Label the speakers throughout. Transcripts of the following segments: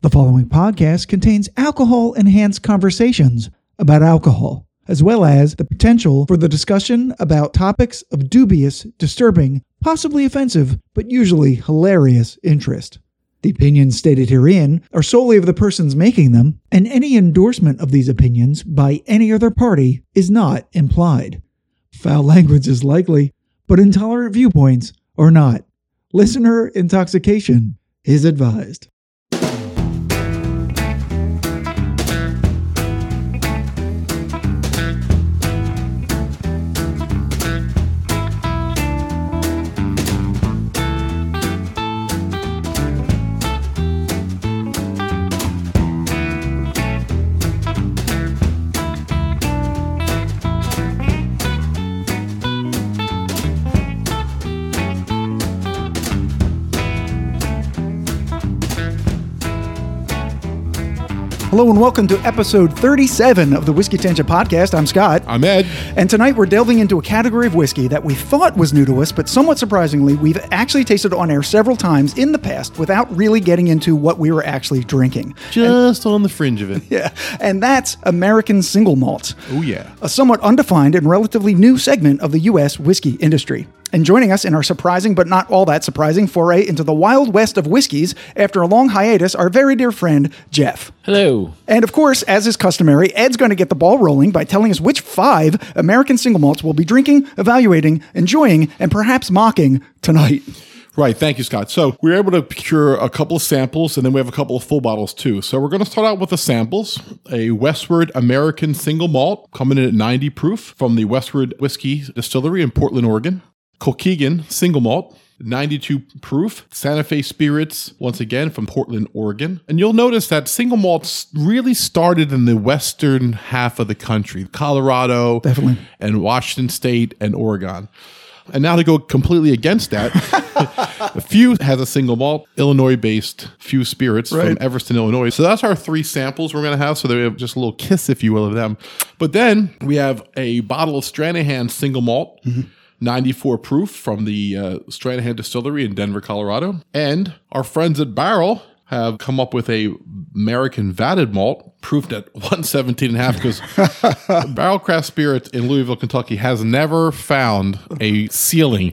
Speaker 1: The following podcast contains alcohol enhanced conversations about alcohol, as well as the potential for the discussion about topics of dubious, disturbing, possibly offensive, but usually hilarious interest. The opinions stated herein are solely of the persons making them, and any endorsement of these opinions by any other party is not implied. Foul language is likely, but intolerant viewpoints are not. Listener intoxication is advised. Hello and welcome to episode 37 of the Whiskey Tangent Podcast. I'm Scott.
Speaker 2: I'm Ed.
Speaker 1: And tonight we're delving into a category of whiskey that we thought was new to us, but somewhat surprisingly, we've actually tasted on air several times in the past without really getting into what we were actually drinking.
Speaker 2: Just on the fringe of it.
Speaker 1: Yeah, and that's American single malts.
Speaker 2: Oh, yeah.
Speaker 1: A somewhat undefined and relatively new segment of the U.S. whiskey industry. And joining us in our surprising but not all that surprising foray into the wild west of whiskeys after a long hiatus, our very dear friend, Jeff.
Speaker 3: Hello.
Speaker 1: And of course, as is customary, Ed's going to get the ball rolling by telling us which five American single malts we'll be drinking, evaluating, enjoying, and perhaps mocking tonight.
Speaker 2: Right. Thank you, Scott. So we were able to procure a couple of samples, and then we have a couple of full bottles too. So we're going to start out with the samples: a Westward American single malt coming in at 90 proof from the Westward Whiskey Distillery in Portland, Oregon. Kilkeegan single malt. 92 proof Santa Fe Spirits, once again from Portland, Oregon. And you'll notice that single malts really started in the western half of the country Colorado,
Speaker 1: Definitely.
Speaker 2: and Washington State, and Oregon. And now to go completely against that, Few has a single malt, Illinois based Few Spirits
Speaker 1: Right.
Speaker 2: from Everston, Illinois. So that's our three samples we're going to have. So they have just a little kiss, if you will, of them. But then we have a bottle of Stranahan single malt. 94 proof from the uh, Stranahan Distillery in Denver, Colorado. And our friends at Barrel have come up with a American vatted malt proofed at 117 and a half because Barrel Craft Spirits in Louisville, Kentucky has never found a ceiling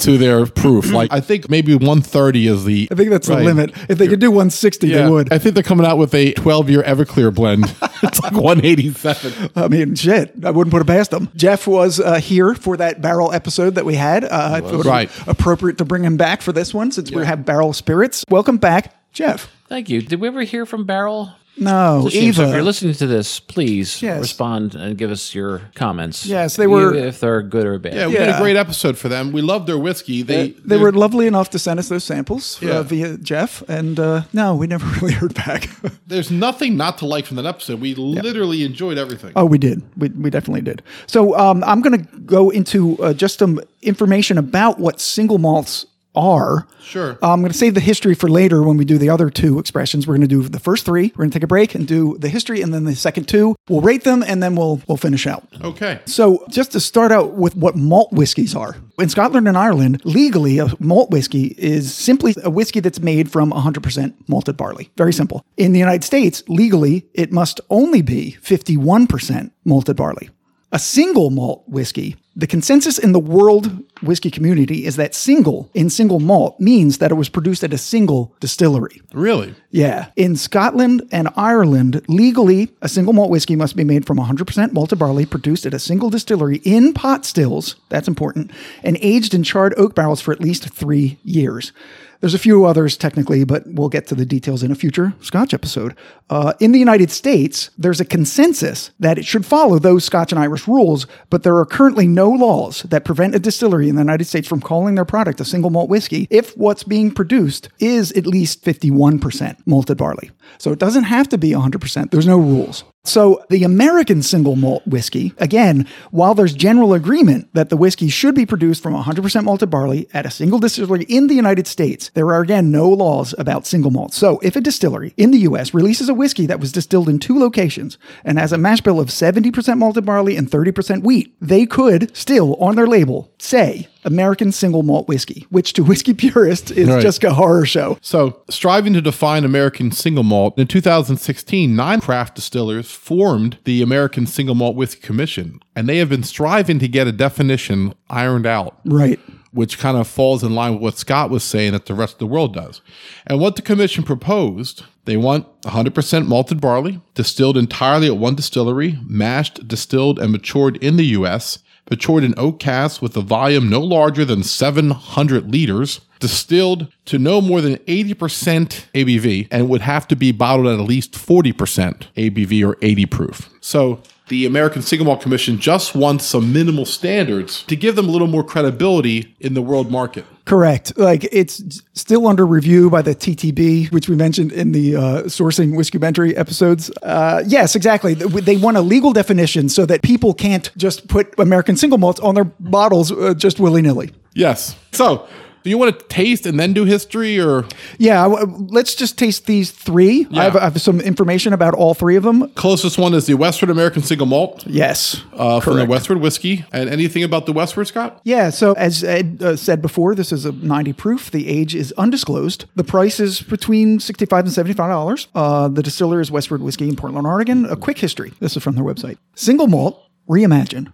Speaker 2: to their proof. Like I think maybe 130 is the
Speaker 1: I think that's the
Speaker 2: Right.
Speaker 1: limit. If they could do 160,
Speaker 2: Yeah,
Speaker 1: they would.
Speaker 2: I think they're coming out with a 12 year Everclear blend. it's like 187.
Speaker 1: I mean, shit, I wouldn't put it past them. Jeff was uh, here for that barrel episode that we had. Uh, I thought it was
Speaker 2: Right.
Speaker 1: appropriate to bring him back for this one since we have barrel spirits. Welcome back, Jeff.
Speaker 3: Thank you. Did we ever hear from Barrel?
Speaker 1: No,
Speaker 3: Shame. So if you're
Speaker 1: Eva.
Speaker 3: listening to this, please
Speaker 1: Yes.
Speaker 3: respond and give us your comments.
Speaker 1: Yes, they were-
Speaker 3: If they're good or bad.
Speaker 2: Yeah, we did
Speaker 1: Yeah.
Speaker 2: a great episode for them. We love their whiskey. They
Speaker 1: They
Speaker 2: they're-
Speaker 1: were lovely enough to send us those samples uh,
Speaker 2: Yeah.
Speaker 1: via Jeff, and uh, no, we never really heard back.
Speaker 2: There's nothing not to like from that episode. We literally enjoyed everything.
Speaker 1: Oh, we did. We, we definitely did. So um, I'm going to go into uh, just some information about what single malts are.
Speaker 2: Sure.
Speaker 1: Uh, I'm going to save the history for later when we do the other two expressions. We're going to do the first three. We're going to take a break and do the history, and then the second two. We'll rate them, and then we'll we'll finish out.
Speaker 2: okay.
Speaker 1: So, just to start out with what malt whiskies are. In Scotland and Ireland, legally, a malt whiskey is simply a whiskey that's made from 100% malted barley. Very simple. In the United States, legally, it must only be 51% malted barley. A single malt whiskey, the consensus in the world whiskey community is that single in single malt means that it was produced at a single distillery.
Speaker 2: Really?
Speaker 1: Yeah. In Scotland and Ireland, legally, a single malt whiskey must be made from 100% malted barley produced at a single distillery in pot stills. That's important. And aged in charred oak barrels for at least three years. There's a few others technically, but we'll get to the details in a future Scotch episode. Uh, in the United States, there's a consensus that it should follow those Scotch and Irish rules, but there are currently no laws that prevent a distillery in the United States from calling their product a single malt whiskey if what's being produced is at least 51% malted barley. So it doesn't have to be 100%. There's no rules. So the American single malt whiskey, again, while there's general agreement that the whiskey should be produced from 100% malted barley at a single distillery in the United States, there are again no laws about single malt. So if a distillery in the US releases a whiskey that was distilled in two locations and has a mash bill of 70% malted barley and 30% wheat, they could still on their label say American single malt whiskey, which to whiskey purists is
Speaker 2: Right.
Speaker 1: just a horror show.
Speaker 2: So, striving to define American single malt, in 2016, nine craft distillers formed the American Single Malt Whiskey Commission, and they have been striving to get a definition ironed out.
Speaker 1: Right.
Speaker 2: which kind of falls in line with what Scott was saying that the rest of the world does. And what the commission proposed, they want 100% malted barley, distilled entirely at one distillery, mashed, distilled, and matured in the U.S., matured in oak casks with a volume no larger than 700 liters, distilled to no more than 80% ABV, and would have to be bottled at at least 40% ABV or 80 proof. So the American Single Malt Commission just wants some minimal standards to give them a little more credibility in the world market.
Speaker 1: Correct. Like it's still under review by the TTB, which we mentioned in the uh, sourcing whiskymentary episodes. Uh, yes, exactly. They want a legal definition so that people can't just put American single malts on their bottles uh, just willy nilly.
Speaker 2: Yes. So, do you want to taste and then do history or
Speaker 1: Yeah, I w- let's just taste these three. I, have, I have some information about all three of them.
Speaker 2: closest one is the Westward American Single Malt
Speaker 1: Yes.
Speaker 2: uh, from the
Speaker 1: correct.
Speaker 2: Westward Whiskey and anything about the Westward Scott?
Speaker 1: Yeah, so as Ed uh, said before, this is a 90 proof. The age is undisclosed. The price is between 65 and $75. Uh, the distiller is Westward Whiskey in Portland, Oregon. A quick history. This is from their website. Single malt, reimagine.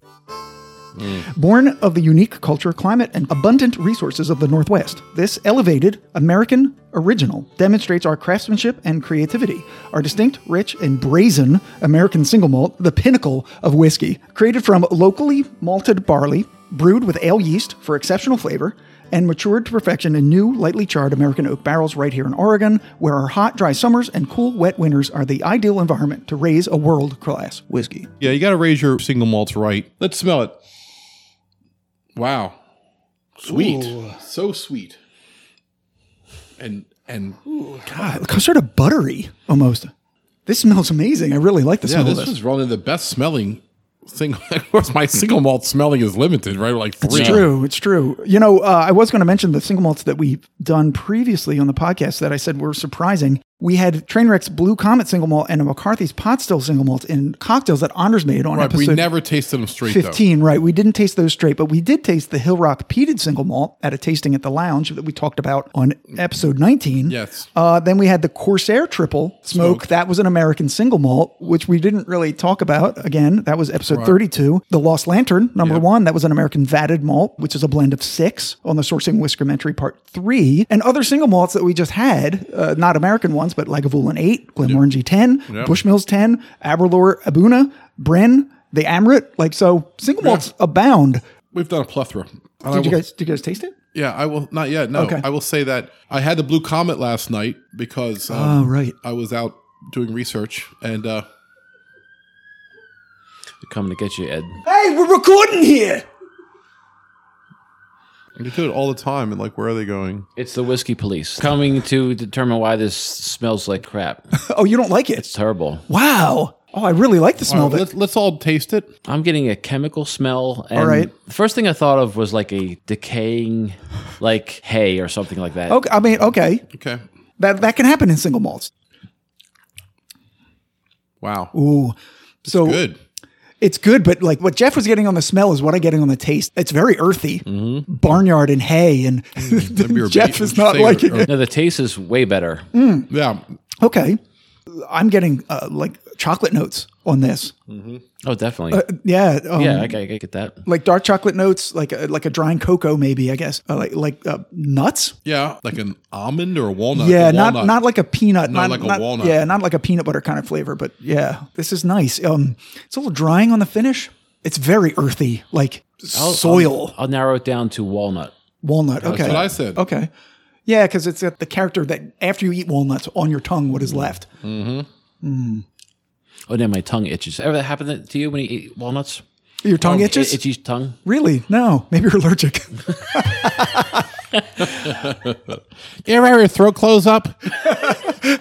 Speaker 1: Born of the unique culture, climate, and abundant resources of the Northwest, this elevated American original demonstrates our craftsmanship and creativity. Our distinct, rich, and brazen American single malt, the pinnacle of whiskey, created from locally malted barley, brewed with ale yeast for exceptional flavor, and matured to perfection in new, lightly charred American oak barrels right here in Oregon, where our hot, dry summers and cool, wet winters are the ideal environment to raise a world class whiskey.
Speaker 2: Yeah, you got to raise your single malts right. Let's smell it. Wow. Sweet. So sweet. And and
Speaker 1: God, sort of buttery almost. This smells amazing. I really like the
Speaker 2: Yeah,
Speaker 1: smell
Speaker 2: this,
Speaker 1: of this.
Speaker 2: is one of the best smelling single. Of course, my single malt smelling is limited, right? Like three.
Speaker 1: It's true. It's true. You know, uh, I was going to mention the single malts that we've done previously on the podcast that I said were surprising. We had Trainwreck's Blue Comet single malt and a McCarthy's Pot Still single malt in cocktails that Honors made on
Speaker 2: Right, we
Speaker 1: episode
Speaker 2: never tasted them straight though.
Speaker 1: 15, right? We didn't taste those straight, but we did taste the Hill Rock peated single malt at a tasting at the lounge that we talked about on episode 19.
Speaker 2: Yes.
Speaker 1: Uh, then we had the Corsair triple smoke. That was an American single malt, which we didn't really talk about. Again, that was episode 32. The Lost Lantern, number one, that was an American vatted malt, which is a blend of six on the sourcing whiskermentary part three. And other single malts that we just had, uh, not American ones, but Lagavulin 8, Glenmorangie 10, Bushmills 10, Aberlour Abuna, Bren, the Amrit. Like, so single malts abound.
Speaker 2: We've done a plethora. And I
Speaker 1: Did you
Speaker 2: will-
Speaker 1: guys, did you guys taste it?
Speaker 2: yeah, I will not yet. No,
Speaker 1: Okay.
Speaker 2: I will say that I had the blue comet last night because um,
Speaker 1: Oh, right.
Speaker 2: I was out doing research and uh,
Speaker 3: They're coming to get you, Ed.
Speaker 1: Hey, we're recording here.
Speaker 2: you do it all the time. And like, where are they going?
Speaker 3: It's the whiskey police coming to determine why this smells like crap.
Speaker 1: Oh, you don't like it?
Speaker 3: It's terrible.
Speaker 1: Wow. Oh, I really like the smell
Speaker 2: All
Speaker 1: of it.
Speaker 2: right, let's, let's all taste it.
Speaker 3: I'm getting a chemical smell. And
Speaker 1: right.
Speaker 3: The first thing I thought of was like a decaying, like hay or something like that.
Speaker 1: Okay, I mean, okay,
Speaker 2: Okay.
Speaker 1: that that can happen in single malts.
Speaker 2: Wow.
Speaker 1: Ooh, so
Speaker 2: Good.
Speaker 1: it's good, but like what Jeff was getting on the smell is what I'm getting on the taste. It's very earthy, barnyard and hay, and
Speaker 2: Mm-hmm. Mm, Maybe you're
Speaker 1: Jeff
Speaker 2: bait-
Speaker 1: is not
Speaker 2: saying-
Speaker 1: liking it.
Speaker 3: No, the taste is way better.
Speaker 1: Mm.
Speaker 2: Yeah.
Speaker 1: Okay, I'm getting uh, like chocolate notes on this.
Speaker 3: Oh, definitely.
Speaker 1: Yeah, um,
Speaker 3: yeah, I, I get that.
Speaker 1: Like dark chocolate notes, like a, like a drying cocoa, maybe I guess, uh, like like uh, nuts.
Speaker 2: Yeah. Like an almond or a walnut.
Speaker 1: Yeah,
Speaker 2: a
Speaker 1: not
Speaker 2: walnut.
Speaker 1: not like a peanut, not
Speaker 2: like a
Speaker 1: not-
Speaker 2: walnut.
Speaker 1: Yeah, not like a peanut butter kind of flavor, but yeah, this is nice. Um, it's a little drying on the finish. It's very earthy, like soil
Speaker 3: I'll narrow it down to walnut.
Speaker 1: walnut. Okay,
Speaker 2: what I said.
Speaker 1: Okay, yeah, because it's got the character that after you eat walnuts on your tongue, what is
Speaker 2: Mm-hmm.
Speaker 1: left?
Speaker 3: Oh, damn, my tongue itches. Ever that happened to you when you eat walnuts?
Speaker 1: Your
Speaker 2: Oh,
Speaker 1: tongue itches.
Speaker 3: Oh, It, itchy tongue?
Speaker 1: really? No, maybe you're allergic.
Speaker 2: You ever have your throat close up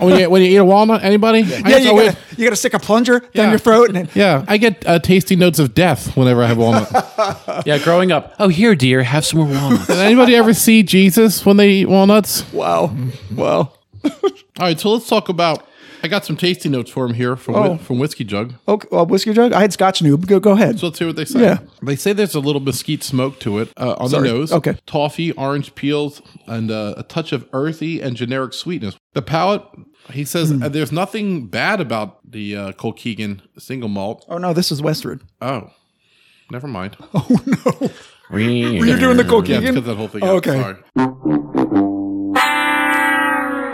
Speaker 2: when you when you eat a walnut? Anybody?
Speaker 1: yeah, you gotta, you gotta stick a plunger down
Speaker 2: Yeah.
Speaker 1: your throat, and then,
Speaker 2: yeah, I get uh, tasty notes of death whenever I have walnut.
Speaker 3: Yeah, growing up. Oh, here, dear, have some more walnuts.
Speaker 2: Did anybody ever see Jesus when they eat walnuts?
Speaker 1: wow, wow.
Speaker 2: All right, so let's talk about I got some tasty notes for him here from
Speaker 1: Oh.
Speaker 2: Whi- from Whiskey Jug.
Speaker 1: Okay, well, whiskey jug. I had Scotch Noob. Go go ahead.
Speaker 2: So let's hear what they say.
Speaker 1: Yeah.
Speaker 2: They say there's a little mesquite smoke to it uh, on
Speaker 1: Sorry.
Speaker 2: the nose.
Speaker 1: Okay.
Speaker 2: Toffee, orange peels, and uh, a touch of earthy and generic sweetness. The palate, he says,
Speaker 1: Hmm.
Speaker 2: uh, there's nothing bad about the uh, Colkegan single malt.
Speaker 1: oh no, this is Westwood.
Speaker 2: Oh, never mind.
Speaker 1: Oh no,
Speaker 3: Were
Speaker 1: you're doing the coke.
Speaker 2: yeah, because that whole thing.
Speaker 1: Oh,
Speaker 2: out.
Speaker 1: okay.
Speaker 2: Sorry.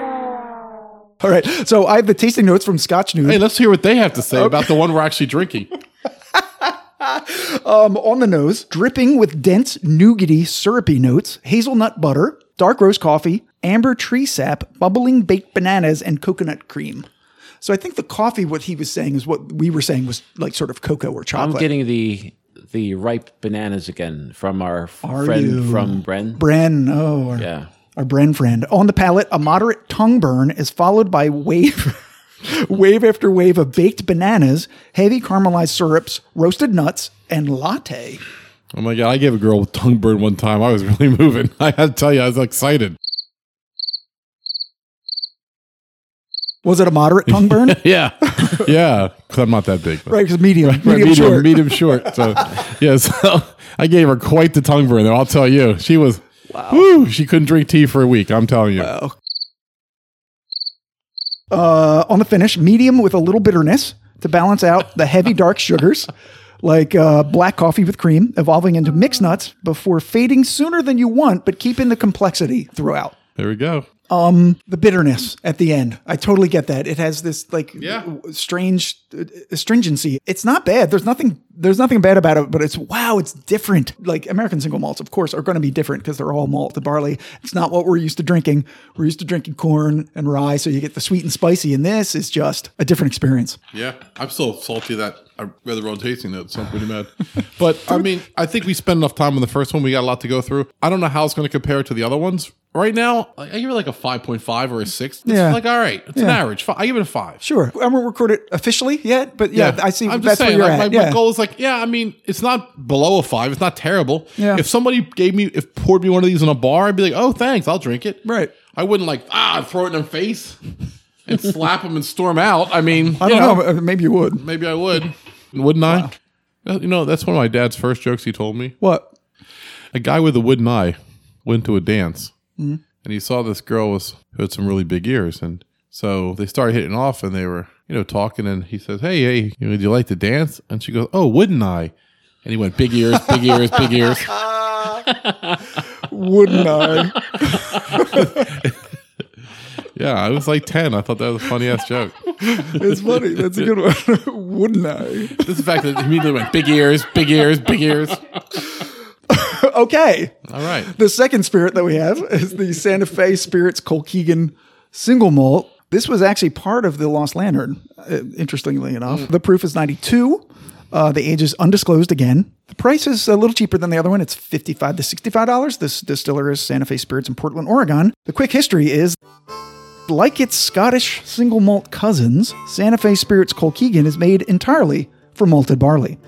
Speaker 1: All right. So I have the tasting notes from Scotch Noob.
Speaker 2: Hey, let's hear what they have to say about the one we're actually drinking.
Speaker 1: Um, on the nose, dripping with dense, nougaty, syrupy notes, hazelnut butter, dark roast coffee, amber tree sap, bubbling baked bananas, and coconut cream. So I think the coffee, what he was saying is what we were saying was like sort of cocoa or
Speaker 3: I'm
Speaker 1: chocolate.
Speaker 3: getting the the ripe bananas again from our f-
Speaker 1: Are
Speaker 3: friend
Speaker 1: you?
Speaker 3: from Bren.
Speaker 1: Bren, oh, our,
Speaker 3: Yeah.
Speaker 1: our Bren friend. On the palate, a moderate tongue burn is followed by wave, wave after wave of baked bananas, heavy caramelized syrups, roasted nuts, and latte.
Speaker 2: Oh my god, I gave a girl with tongue burn one time. I was really moving. I had to tell you, I was excited.
Speaker 1: Was it a moderate tongue burn?
Speaker 2: Yeah, yeah. Because I'm not that big. but-
Speaker 1: right, because medium,
Speaker 2: Right,
Speaker 1: medium, short.
Speaker 2: medium short. So, yeah, so I gave her quite the tongue burn there. I'll tell you, she was, woo, she couldn't drink tea for a week. I'm telling you.
Speaker 1: uh, on the finish, medium with a little bitterness to balance out the heavy dark sugars, like uh, black coffee with cream, evolving into mixed nuts before fading sooner than you want, but keeping the complexity throughout.
Speaker 2: There we go.
Speaker 1: The bitterness at the end, I totally get that. It has this like
Speaker 2: Yeah.
Speaker 1: w- strange uh, astringency. It's not bad. There's nothing. There's nothing bad about it, but it's wow, it's different. Like American single malts, of course, are going to be different because they're all malt and barley. It's not what we're used to drinking. We're used to drinking corn and rye, so you get the sweet and spicy. And this is just a different experience.
Speaker 2: Yeah, I'm still salty that I read the wrong tasting notes. So I'm pretty mad. But I mean, I think we spent enough time on the first one. We got a lot to go through. I don't know how it's going to compare to the other ones. Right now, like, I give it like a 5.5 or a 6. It's
Speaker 1: Yeah.
Speaker 2: like, all right, it's an
Speaker 1: Yeah.
Speaker 2: average. Fi- I give it a 5.
Speaker 1: Sure, I won't record it officially yet, but yeah, I see.
Speaker 2: I'm
Speaker 1: that's
Speaker 2: just saying,
Speaker 1: where you're
Speaker 2: like,
Speaker 1: at.
Speaker 2: my,
Speaker 1: yeah.
Speaker 2: my goal is like, yeah, I mean, it's not below a five. It's not terrible.
Speaker 1: Yeah.
Speaker 2: If somebody gave me, if poured me one of these in a bar, I'd be like, oh, thanks, I'll drink it.
Speaker 1: Right.
Speaker 2: I wouldn't like, ah, I'd throw it in their face and slap them and storm out. I mean,
Speaker 1: I don't know. uh, Maybe you would.
Speaker 2: Maybe I would. Wouldn't I? Uh, You know, that's one of my dad's first jokes he told me.
Speaker 1: What?
Speaker 2: A guy with a wooden eye went to a dance
Speaker 1: Mm-hmm.
Speaker 2: and he saw this girl was who had some really big ears. And so they started hitting off and they were, you know, talking. And he says, Hey, hey, you know, do you like to dance? And she goes, Oh, wooden eye. And he went, Big ears, big ears, big ears.
Speaker 1: Wouldn't I?
Speaker 2: Yeah, I was like 10. I thought that was a funny ass joke.
Speaker 1: It's funny. That's a good one. Wouldn't I?
Speaker 2: This is the fact that he immediately went, Big ears, big ears, big ears.
Speaker 1: Okay.
Speaker 2: All right.
Speaker 1: The second spirit that we have is the Santa Fe Spirits Colkegan Single Malt. This was actually part of the Lost Lantern, uh, interestingly enough. The proof is 92. Uh, the age is undisclosed again. The price is a little cheaper than the other one. It's 55 to $65. This distiller is Santa Fe Spirits in Portland, Oregon. The quick history is like its Scottish single malt cousins, Santa Fe Spirits Colkegan is made entirely from malted barley.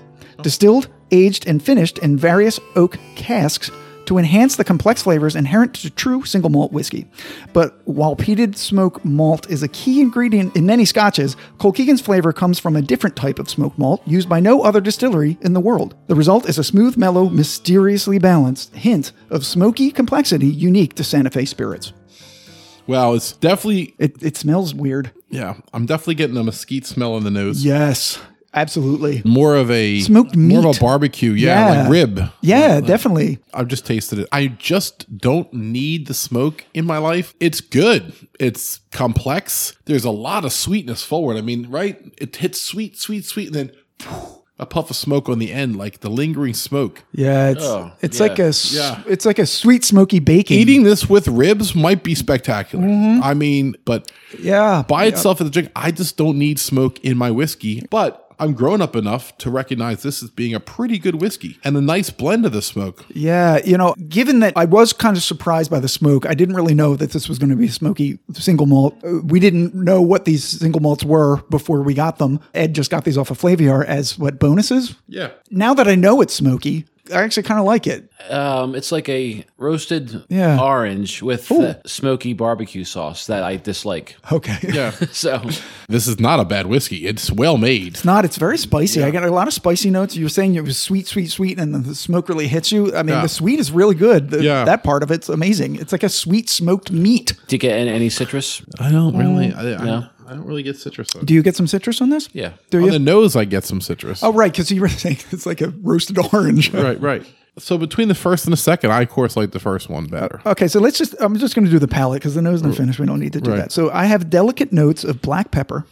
Speaker 1: Distilled, aged, and finished in various oak casks to enhance the complex flavors inherent to true single malt whiskey. But while peated smoke malt is a key ingredient in many scotches, Colkegan's flavor comes from a different type of smoke malt used by no other distillery in the world. The result is a smooth, mellow, mysteriously balanced hint of smoky complexity unique to Santa Fe spirits.
Speaker 2: Wow, it's definitely,
Speaker 1: It, it smells weird.
Speaker 2: yeah, I'm definitely getting a mesquite smell in the nose.
Speaker 1: Yes, absolutely.
Speaker 2: more of a
Speaker 1: Smoked
Speaker 2: more of
Speaker 1: meat.
Speaker 2: a barbecue. Yeah,
Speaker 1: Yeah.
Speaker 2: like rib.
Speaker 1: Yeah, definitely.
Speaker 2: I've just tasted it. I just don't need the smoke in my life. It's good. It's complex. There's a lot of sweetness forward. I mean, right? It hits sweet, sweet, sweet, and then a puff of smoke on the end, like the lingering smoke.
Speaker 1: Yeah, it's
Speaker 3: Oh,
Speaker 1: it's
Speaker 3: yeah,
Speaker 1: like a s-
Speaker 2: yeah.
Speaker 1: it's like a sweet smoky bacon.
Speaker 2: Eating this with ribs might be spectacular. I mean, but
Speaker 1: yeah,
Speaker 2: by itself as a drink, I just don't need smoke in my whiskey. But I'm grown up enough to recognize this as being a pretty good whiskey and a nice blend of the smoke.
Speaker 1: Yeah, you know, given that I was kind of surprised by the smoke, I didn't really know that this was going to be a smoky single malt. Uh, We didn't know what these single malts were before we got them. Ed just got these off of Flaviar as what bonuses.
Speaker 2: Yeah.
Speaker 1: Now that I know it's smoky, I actually kind of like it.
Speaker 3: Um, it's like a roasted
Speaker 1: Yeah.
Speaker 3: orange with uh, smoky barbecue sauce that I dislike.
Speaker 1: Okay.
Speaker 2: Yeah.
Speaker 3: So
Speaker 2: this is not a bad whiskey. It's well made.
Speaker 1: Not, it's very spicy. I got a lot of spicy notes. You were saying it was sweet, sweet, sweet, and then the smoke really hits you. I mean,
Speaker 2: Yeah.
Speaker 1: the sweet is really good. The-
Speaker 2: Yeah.
Speaker 1: That part of it's amazing. It's like a sweet smoked meat.
Speaker 3: do you get any, any citrus?
Speaker 2: I don't really. I, I-
Speaker 3: No.
Speaker 2: I don't really get citrus. Though.
Speaker 1: Do you get some citrus on this?
Speaker 3: Yeah.
Speaker 1: Do
Speaker 2: On
Speaker 1: you?
Speaker 2: the nose, I get some citrus.
Speaker 1: oh, right. Because you were saying it's like a roasted orange.
Speaker 2: right, right. So between the first and the second, I of course like the first one better.
Speaker 1: Okay, so let's just, I'm just going to do the palate because the nose and the finish, we don't need to do
Speaker 2: Right.
Speaker 1: that. So I have delicate notes of black pepper,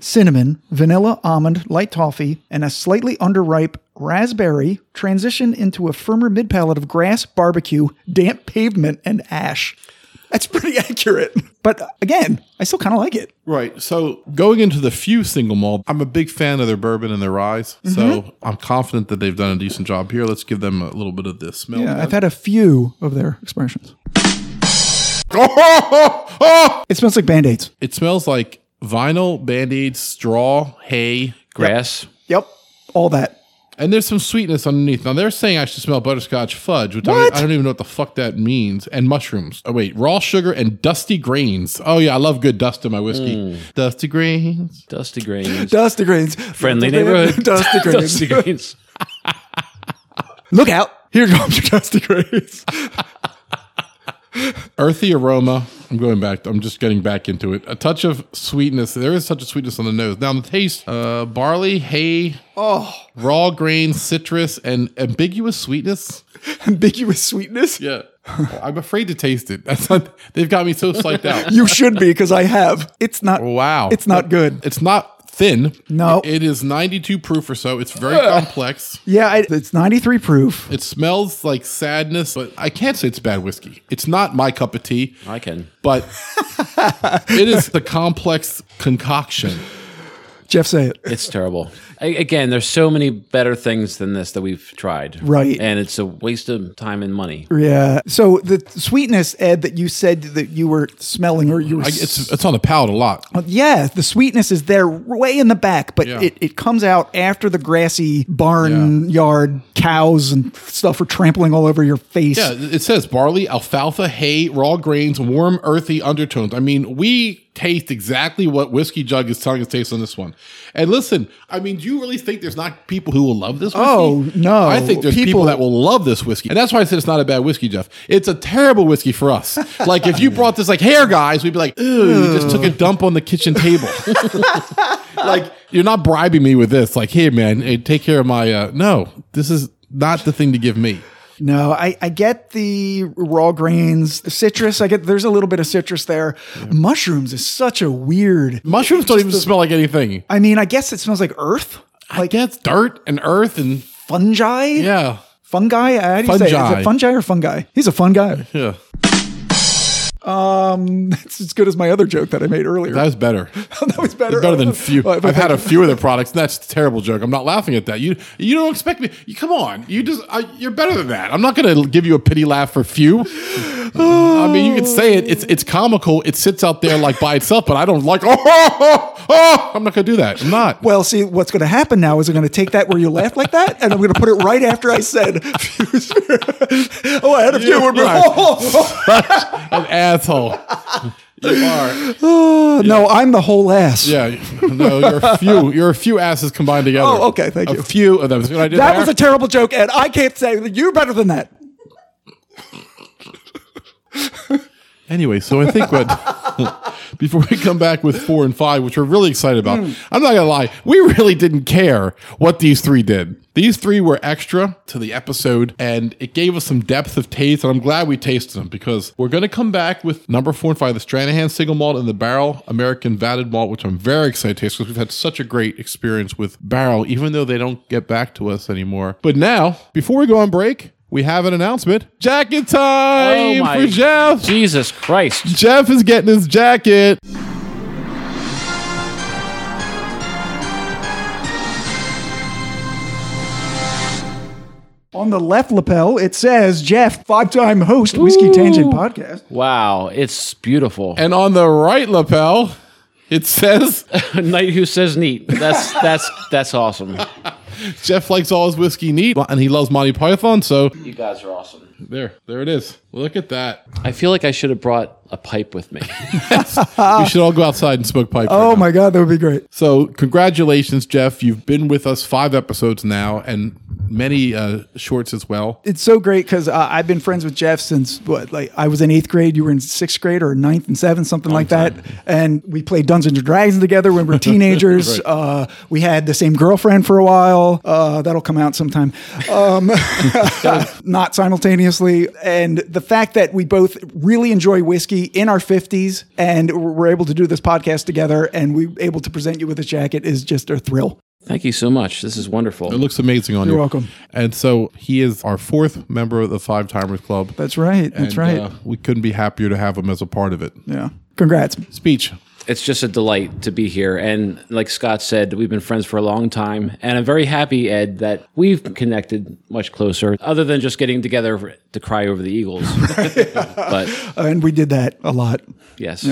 Speaker 1: cinnamon, vanilla, almond, light toffee, and a slightly underripe raspberry transition into a firmer mid palate of grass, barbecue, damp pavement, and ash. That's pretty accurate. But uh, again, I still kind of like it.
Speaker 2: Right. So going into the few single malt, I'm a big fan of their bourbon and their rye. So I'm confident that they've done a decent job here. Let's give them a little bit of this smell.
Speaker 1: Yeah, I've had a few of their expressions. It smells like band aids.
Speaker 2: It smells like vinyl, band aids, straw, hay.
Speaker 3: Grass.
Speaker 1: Yep. All that.
Speaker 2: And there's some sweetness underneath. Now they're saying I should smell butterscotch fudge, which I
Speaker 1: What?
Speaker 2: don't, I don't even know what the fuck that means. And mushrooms. Oh wait, raw sugar and dusty grains. Oh yeah, I love good dust in my whiskey.
Speaker 1: Mm.
Speaker 2: Dusty grains.
Speaker 3: Dusty grains.
Speaker 1: Dusty grains.
Speaker 3: Friendly neighborhood.
Speaker 1: Dusty grains.
Speaker 3: Dusty grains.
Speaker 1: Look out. Here comes your dusty grains.
Speaker 2: Earthy aroma. I'm going back. I'm just getting back into it. A touch of sweetness. There is such a sweetness on the nose. Now on the taste, uh, barley, hay,
Speaker 1: Oh.
Speaker 2: raw grains, citrus, and ambiguous sweetness.
Speaker 1: ambiguous sweetness?
Speaker 2: Yeah. I'm afraid to taste it. That's not, they've got me so psyched out.
Speaker 1: You should be because I have. It's not.
Speaker 2: Wow.
Speaker 1: It's not good.
Speaker 2: It's not thin.
Speaker 1: No.
Speaker 2: It is 92 proof or so. It's very complex.
Speaker 1: Yeah, I, it's 93 proof.
Speaker 2: It smells like sadness, but I can't say it's bad whiskey. It's not my cup of tea,
Speaker 3: I can.
Speaker 2: but it is the complex concoction.
Speaker 1: Jeff, say it.
Speaker 3: It's terrible. I, again, there's so many better things than this that we've tried.
Speaker 1: Right.
Speaker 3: And it's a waste of time and money.
Speaker 1: Yeah. So the sweetness, Ed, that you said that you were smelling or you were.
Speaker 2: I, it's, it's on the palate a lot.
Speaker 1: yeah, the sweetness is there way in the back, but
Speaker 2: Yeah.
Speaker 1: it, it comes out after the grassy barn yard cows and stuff are trampling all over your face.
Speaker 2: Yeah, it says barley, alfalfa, hay, raw grains, warm, earthy undertones. I mean, we taste exactly what Whiskey Jug is telling us to taste on this one. And listen, I mean, do you really think there's not people who will love this whiskey?
Speaker 1: Oh, no.
Speaker 2: I think there's people,
Speaker 1: People-
Speaker 2: that will love this whiskey. And that's why I said it's not a bad whiskey, Jeff. It's a terrible whiskey for us. like, if you brought this, like, hair guys, we'd be like, ooh, you just took a dump on the kitchen table. like, you're not bribing me with this. Like, hey, man, hey, take care of my. Uh, no, this is not the thing to give me.
Speaker 1: No, I, I get the raw grains, the citrus. I get there's a little bit of citrus there. Mushrooms is such a weird.
Speaker 2: Mushrooms don't even smell like anything.
Speaker 1: I mean, I guess it smells like earth,
Speaker 2: Like that's dirt and earth and
Speaker 1: fungi.
Speaker 2: yeah,
Speaker 1: Fungi? How do you say it? Is
Speaker 2: Fungi.
Speaker 1: it fungi or fungi? He's a fun guy.
Speaker 2: yeah.
Speaker 1: That's as good as my other joke that I made earlier.
Speaker 2: That
Speaker 1: That,
Speaker 2: was better.
Speaker 1: was better.
Speaker 2: Better than few.
Speaker 1: Oh, if I
Speaker 2: I've
Speaker 1: think-
Speaker 2: had a few of their products. And that's a terrible joke. I'm not laughing at that. You you don't expect me. You come on. You just I, you're better than that. I'm not going to give you a pity laugh for few. I mean, you could say it. It's it's comical. It sits out there like by itself. But I don't like. Oh, oh, oh, oh. I'm not going to do that. I'm not.
Speaker 1: Well, see, what's going to happen now is I'm going to take that where you laugh like that, and I'm going to put it right after I said, "Oh, I had a few."
Speaker 2: You
Speaker 1: and-
Speaker 2: are. An asshole. You are.
Speaker 1: No, I'm the whole ass.
Speaker 2: Yeah. No, you're a few. You're a few asses combined together.
Speaker 1: Oh, okay, thank
Speaker 2: a
Speaker 1: you.
Speaker 2: A few of them. See what I did
Speaker 1: That
Speaker 2: there?
Speaker 1: was a terrible joke, Ed. I can't say that you're better than that.
Speaker 2: Anyway, so I think what before we come back with four and five, which we're really excited about, I'm not gonna lie, we really didn't care what these three did. These three were extra to the episode, and it gave us some depth of taste, and I'm glad we tasted them because we're gonna come back with number four and five, the Stranahan single malt and the barrel American vatted malt, which I'm very excited to taste because we've had such a great experience with barrel, even though they don't get back to us anymore. But now, before we go on break, we have an announcement. Jacket time for Jeff.
Speaker 3: Oh Jesus Christ.
Speaker 2: Jeff is getting his jacket.
Speaker 1: On the left lapel, it says Jeff, five-time host, Whiskey Tangent Podcast.
Speaker 3: Wow. It's beautiful.
Speaker 2: And on the right lapel, it says
Speaker 3: Knight who says neat. That's that's that's awesome.
Speaker 2: Jeff likes all his whiskey neat, and he loves Monty Python. So
Speaker 3: You guys are awesome.
Speaker 2: there, there it is. Look at that.
Speaker 3: I feel like I should have brought a pipe with me.
Speaker 2: we should all go outside and smoke pipe.
Speaker 1: Ah. Oh my god, that would be great.
Speaker 2: So congratulations, Jeff. You've been with us five episodes now, and many uh, shorts as well.
Speaker 1: It's so great because uh, I've been friends with Jeff since what, like I was in eighth grade, you were in sixth grade or ninth and seventh, something like that. And we played Dungeons and Dragons together when we were teenagers. uh, we had the same girlfriend for a while. Uh, that'll come out sometime. Um, not simultaneously. And the fact that we both really enjoy whiskey in our 50s and we're able to do this podcast together and we're able to present you with a jacket is just a thrill.
Speaker 3: Thank you so much. This is wonderful.
Speaker 2: It looks amazing on
Speaker 1: You're
Speaker 2: you.
Speaker 1: welcome.
Speaker 2: And so he is our fourth member of the Five Timers Club.
Speaker 1: That's right. That's
Speaker 2: And,
Speaker 1: right.
Speaker 2: uh, we couldn't be happier to have him as a part of it.
Speaker 1: yeah. Congrats.
Speaker 2: Speech.
Speaker 3: it's just a delight to be here. And like Scott said, we've been friends for a long time. And I'm very happy, Ed, that we've connected much closer, other than just getting together to cry over the Eagles. but
Speaker 1: and we did that a lot.
Speaker 3: yes.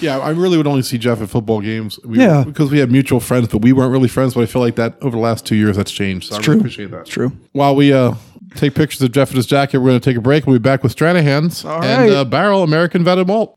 Speaker 2: Yeah, I really would only see Jeff at football games. We,
Speaker 1: Yeah.
Speaker 2: Because we had mutual friends, but we weren't really friends. But I feel like that over the last two years, that's changed. So I really appreciate that.
Speaker 1: True.
Speaker 2: While we uh, take pictures of Jeff in his jacket, we're going to take a break. We'll be back with Stranahan's
Speaker 1: All
Speaker 2: and
Speaker 1: right.
Speaker 2: uh, Barrel American Vetted Malt.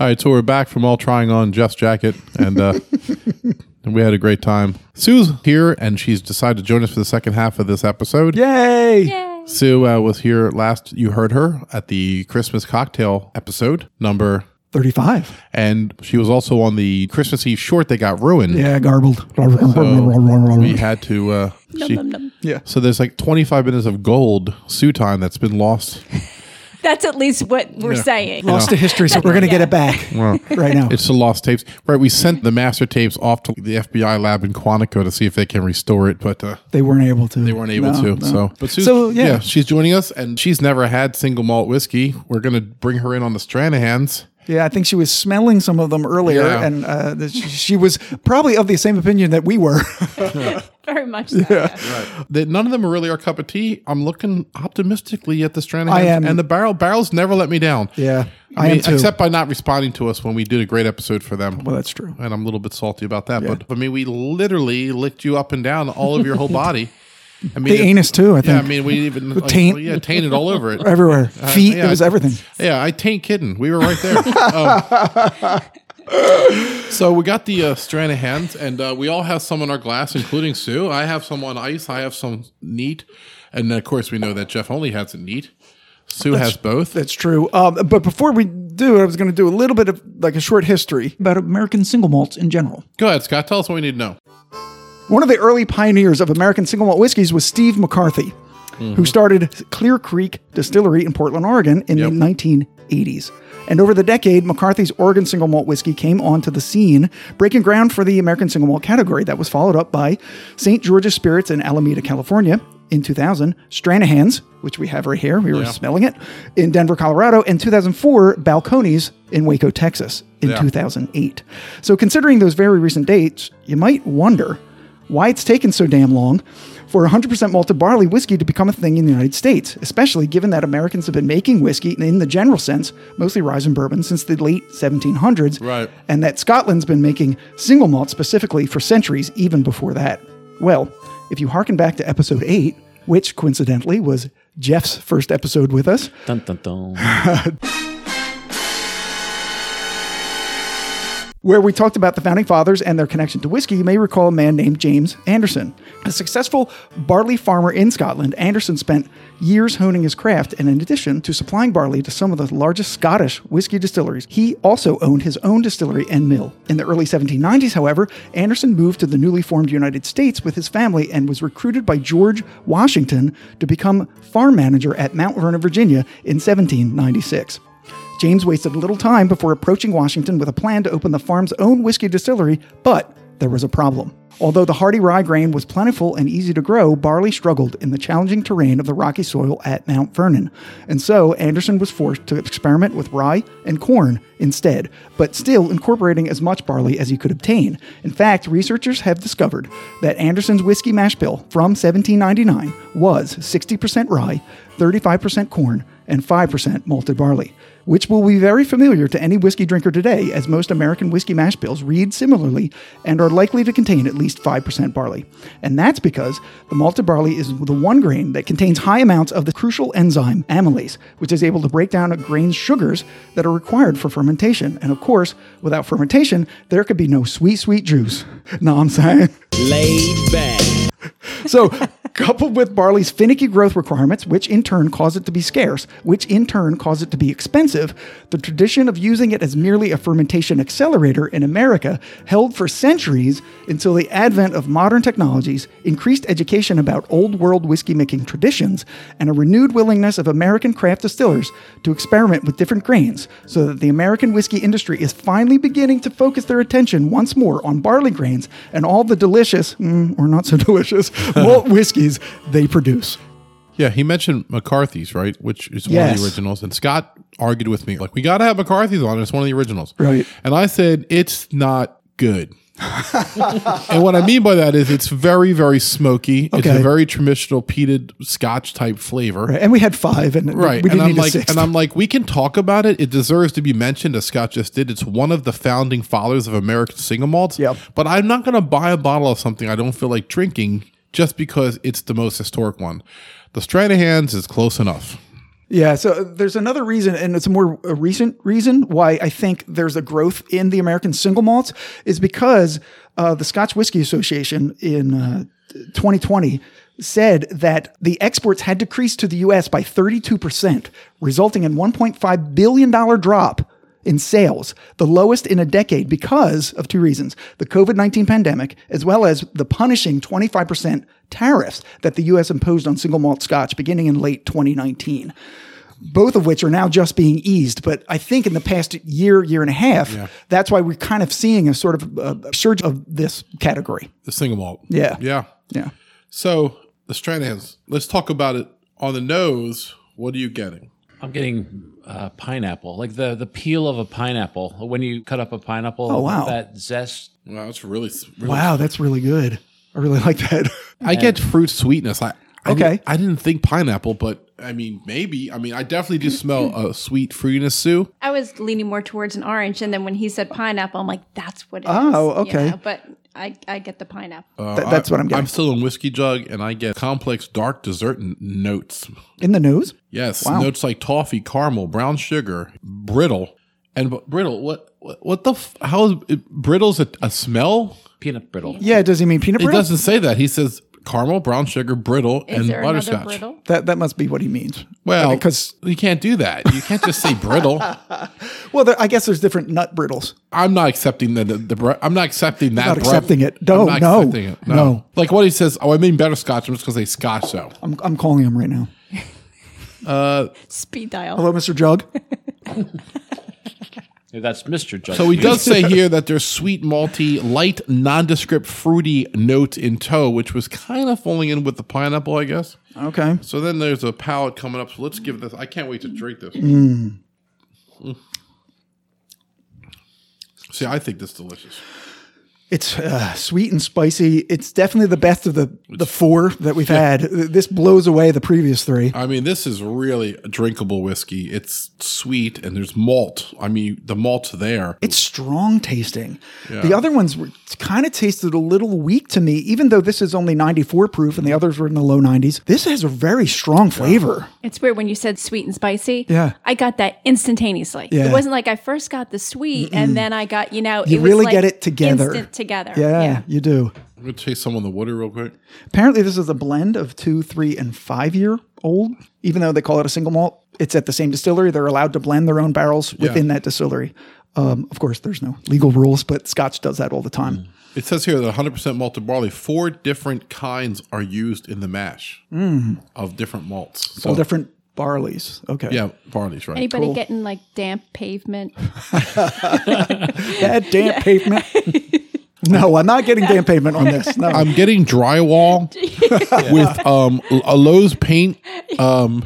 Speaker 2: All right, so we're back from all trying on Jeff's jacket, and uh, and we had a great time. Sue's here, and she's decided to join us for the second half of this episode.
Speaker 1: Yay!
Speaker 2: Sue uh, was here last. You heard her at the Christmas cocktail episode number,
Speaker 1: 35.
Speaker 2: and she was also on the Christmas Eve short that got ruined.
Speaker 1: Yeah, garbled.
Speaker 2: We had to. Uh, she-
Speaker 1: Yeah.
Speaker 2: So there's like 25 minutes of gold Sue time that's been lost.
Speaker 4: That's at least what we're saying.
Speaker 1: Lost to history, so we're going to get it back right now.
Speaker 2: It's the lost tapes, right? We sent the master tapes off to the FBI lab in Quantico to see if they can restore it, but. Uh,
Speaker 1: They weren't able to.
Speaker 2: They weren't able to. So, but Sue's,
Speaker 1: So,
Speaker 2: yeah.
Speaker 1: yeah.
Speaker 2: she's joining us, and she's never had single malt whiskey. We're gonna bring her in on the Stranahans.
Speaker 1: Yeah, I think she was smelling some of them earlier,
Speaker 2: Yeah.
Speaker 1: and uh, that she- she was probably of the same opinion that we were.
Speaker 4: Very much so.
Speaker 2: That none of them are really our cup of tea. I'm looking optimistically at the Stranahans,
Speaker 1: I am-
Speaker 2: and the barrel barrels never let me down.
Speaker 1: Yeah,
Speaker 2: I,
Speaker 1: I
Speaker 2: mean,
Speaker 1: am too.
Speaker 2: except by not responding to us when we did a great episode for them.
Speaker 1: well, that's true.
Speaker 2: and I'm a little bit salty about that. But I mean, we literally licked you up and down all of your whole body. I mean,
Speaker 1: The anus too, I
Speaker 2: Yeah, I
Speaker 1: think.
Speaker 2: mean, we even like,
Speaker 1: taint.
Speaker 2: yeah, tainted all over it.
Speaker 1: Everywhere, feet.
Speaker 2: yeah,
Speaker 1: it was
Speaker 2: I-
Speaker 1: everything.
Speaker 2: Yeah, I taint kidding. We were right there. Um, so we got the uh, Stranahans, and uh, we all have some in our glass, including Sue. I have some on ice. I have some neat, and of course we know that Jeff only has it neat. Sue has both.
Speaker 1: That's true. Um, but before we do, I was going to do a little bit of like a short history about American single malts in general.
Speaker 2: Go ahead, Scott. Tell us what we need to know.
Speaker 1: One of the early pioneers of American single malt whiskeys was Steve McCarthy,
Speaker 2: Mm-hmm.
Speaker 1: who started Clear Creek Distillery in Portland, Oregon in
Speaker 2: Yep.
Speaker 1: the 1980s. And over the decade, McCarthy's Oregon single malt whiskey came onto the scene, breaking ground for the American single malt category that was followed up by St. George's Spirits in Alameda, California in 2000, Stranahan's, which we have right here, we were smelling it, in Denver, Colorado, and 2004, Balcones in Waco, Texas in
Speaker 2: Yeah.
Speaker 1: 2008. So considering those very recent dates, you might wonder why it's taken so damn long for 100% malted barley whiskey to become a thing in the United States, especially given that Americans have been making whiskey in the general sense, mostly rye and bourbon, since the late 1700s,
Speaker 2: Right.
Speaker 1: and that Scotland's been making single malt specifically for centuries, even before that. Well, if you hearken back to episode 8, which coincidentally was Jeff's first episode with us,
Speaker 3: Dun, dun, dun.
Speaker 1: where we talked about the founding fathers and their connection to whiskey, you may recall a man named James Anderson. A successful barley farmer in Scotland, Anderson spent years honing his craft, and in addition to supplying barley to some of the largest Scottish whiskey distilleries, he also owned his own distillery and mill. In the early 1790s, however, Anderson moved to the newly formed United States with his family and was recruited by George Washington to become farm manager at Mount Vernon, Virginia in 1796. James wasted little time before approaching Washington with a plan to open the farm's own whiskey distillery, but there was a problem. Although the hardy rye grain was plentiful and easy to grow, barley struggled in the challenging terrain of the rocky soil at Mount Vernon. And so Anderson was forced to experiment with rye and corn instead, but still incorporating as much barley as he could obtain. In fact, researchers have discovered that Anderson's whiskey mash bill from 1799 was 60% rye, 35% corn, and 5% malted barley which will be very familiar to any whiskey drinker today, as most American whiskey mash bills read similarly and are likely to contain at least 5% barley. And that's because the malted barley is the one grain that contains high amounts of the crucial enzyme amylase, which is able to break down a grain's sugars that are required for fermentation. And of course, without fermentation, there could be no sweet, sweet juice. No, I'm saying?
Speaker 5: Laid back.
Speaker 1: So, coupled with barley's finicky growth requirements, which in turn cause it to be scarce, which in turn cause it to be expensive, the tradition of using it as merely a fermentation accelerator in America held for centuries until the advent of modern technologies, increased education about old world whiskey making traditions, and a renewed willingness of American craft distillers to experiment with different grains, so that the American whiskey industry is finally beginning to focus their attention once more on barley grains and all the delicious, mm, or not so delicious, malt whiskeys they produce.
Speaker 2: Yeah, he mentioned McCarthy's, right? Which is one of
Speaker 1: Yes.
Speaker 2: the originals. And Scott argued with me, like, we got to have McCarthy's on. It's one of the originals.
Speaker 1: Right.
Speaker 2: And I said, it's not good. and what I mean by that is it's very, very smoky. It's
Speaker 1: Okay.
Speaker 2: a very traditional peated scotch type flavor.
Speaker 1: Right, And we had five, and
Speaker 2: Right.
Speaker 1: we didn't
Speaker 2: and I'm
Speaker 1: need
Speaker 2: like
Speaker 1: a sixth.
Speaker 2: and I'm like, we can talk about it. It deserves to be mentioned, as Scott just did. It's one of the founding fathers of American single malts.
Speaker 1: Yep.
Speaker 2: But I'm not gonna buy a bottle of something I don't feel like drinking just because it's the most historic one. The Stranahan's is close enough.
Speaker 1: Yeah, so uh, there's another reason, and it's a more uh, recent reason why I think there's a growth in the American single malts is because uh, the Scotch Whisky Association in uh, 2020 said that the exports had decreased to the U.S. by 32%, resulting in $1.5 billion drop in sales, the lowest in a decade because of two reasons the COVID 19 pandemic, as well as the punishing 25% tariffs that the US imposed on single malt scotch beginning in late 2019. Both of which are now just being eased. But I think in the past year, year and a half, that's why we're kind of seeing a sort of uh, surge of this category.
Speaker 2: The single malt.
Speaker 1: Yeah.
Speaker 2: Yeah.
Speaker 1: Yeah.
Speaker 2: So the Stranahan's, let's talk about it on the nose. What are you getting?
Speaker 3: I'm getting uh, pineapple, like the the peel of a pineapple when you cut up a pineapple. Oh
Speaker 1: wow.
Speaker 3: that zest.
Speaker 2: Wow, it's really, s- really
Speaker 1: Wow, that's really good. I really like that.
Speaker 2: I get fruit sweetness. I, I
Speaker 1: Okay.
Speaker 2: Didn't, I didn't think pineapple, but I mean, maybe. I mean, I definitely
Speaker 1: Mm-hmm.
Speaker 2: do smell a sweet fruitiness, Sue.
Speaker 4: I was leaning more towards an orange, and then when he said pineapple, I'm like, that's what it is.
Speaker 1: Oh,
Speaker 4: you
Speaker 1: okay. Uh,
Speaker 4: know, but I, I get the pineapple.
Speaker 1: Th- that's what I'm getting.
Speaker 2: Uh, I'm still in whiskey jug, and I get complex dark dessert n- notes.
Speaker 1: in the nose?
Speaker 2: Yes,
Speaker 1: Wow.
Speaker 2: notes like toffee, caramel, brown sugar, brittle, and b- brittle. What? What, what the? F- how is it, brittle's a, a smell?
Speaker 3: Peanut brittle.
Speaker 1: Yeah, does he mean peanut
Speaker 2: It
Speaker 1: brittle?
Speaker 2: doesn't say that. He says caramel, brown sugar, brittle,
Speaker 4: is
Speaker 2: and
Speaker 4: there another
Speaker 2: butterscotch.
Speaker 4: brittle?
Speaker 1: That, that must be what he means. Uh,
Speaker 2: Well,
Speaker 1: because
Speaker 2: because you can't do that. You can't just say brittle.
Speaker 1: well, there, I guess there's different nut brittles.
Speaker 2: I'm not accepting the, the, the bre- I'm not accepting that.
Speaker 1: Not
Speaker 2: bre-
Speaker 1: accepting it.
Speaker 2: I'm
Speaker 1: No,
Speaker 2: not
Speaker 1: no,
Speaker 2: accepting it. No.
Speaker 1: no.
Speaker 2: Like what he says. Oh, I mean better scotch. I'm just gonna say scotch though.
Speaker 1: I'm, I'm calling him right now.
Speaker 4: Speed dial.
Speaker 1: Hello, Mr. Jug.
Speaker 3: That's Mr. Judge.
Speaker 2: So he does say here that there's sweet, malty, light, nondescript, fruity note in tow, which was kind of falling in with the pineapple, I guess.
Speaker 1: Okay.
Speaker 2: So then there's a palate coming up. So let's give this. I can't wait to drink this. See, I think this is delicious.
Speaker 1: It's uh, sweet and spicy. It's definitely the best of the the four that we've had. This blows away the previous three.
Speaker 2: I mean, this is really a drinkable whiskey. It's sweet and there's malt. I mean, the malt's there.
Speaker 1: It's strong tasting. The other ones were kind of tasted a little weak to me, even though this is only 94 proof
Speaker 2: Mm-hmm.
Speaker 1: and the others were in the low 90s. This has a very strong flavor.
Speaker 4: It's weird when you said sweet and spicy.
Speaker 1: Yeah.
Speaker 4: I got that instantaneously.
Speaker 1: Yeah.
Speaker 4: It wasn't like I first got the sweet and then I got, you know,
Speaker 1: You
Speaker 4: it was
Speaker 1: really
Speaker 4: like
Speaker 1: get it together.
Speaker 4: Instant together.
Speaker 1: Yeah, you do.
Speaker 2: I'm going to taste some on the water real quick.
Speaker 1: Apparently, this is a blend of two, three, and five year old, even though they call it a single malt. It's at the same distillery. They're allowed to blend their own barrels within that distillery. Um, of course, there's no legal rules, but Scotch does that all the time.
Speaker 2: It says here that 100% malted barley, four different kinds are used in the mash of different malts. So,
Speaker 1: All different barleys. Okay.
Speaker 2: yeah, barley's right.
Speaker 4: Anybody getting like damp pavement?
Speaker 1: That damp pavement. no, I'm not getting damp pavement on this. No.
Speaker 2: I'm getting drywall with um, a Lowe's paint, um,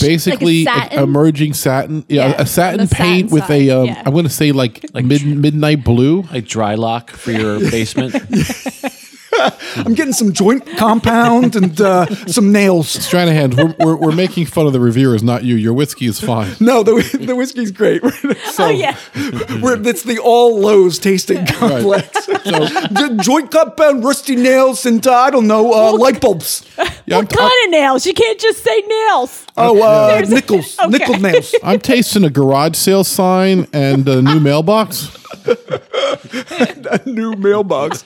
Speaker 2: basically e-,
Speaker 4: Like a satin?
Speaker 2: emerging satin. Yeah,
Speaker 4: Yeah,
Speaker 2: a satin
Speaker 4: the satin
Speaker 2: paint with
Speaker 4: side,
Speaker 2: a, um,
Speaker 4: yeah.
Speaker 2: I'm going to say like, mid, midnight blue.
Speaker 3: Like dry lock for your basement.
Speaker 1: I'm getting some joint compound and uh, some nails.
Speaker 2: Stranahan, we're, we're, we're making fun of the reviewers, not you. Your whiskey is fine.
Speaker 1: No, the, whi- the whiskey's great. so,
Speaker 4: oh yeah.
Speaker 1: we're, it's the all Lowe's tasting complex. the joint compound, rusty nails, and uh, I don't know, uh, light bulbs.
Speaker 2: Yeah, I'm,
Speaker 5: Kind of nails. You can't just say nails.
Speaker 1: Oh, uh,
Speaker 5: There's-
Speaker 1: nickels,
Speaker 5: okay.
Speaker 1: nickel nails.
Speaker 2: I'm tasting a garage sale sign and a new mailbox.
Speaker 1: New mailbox.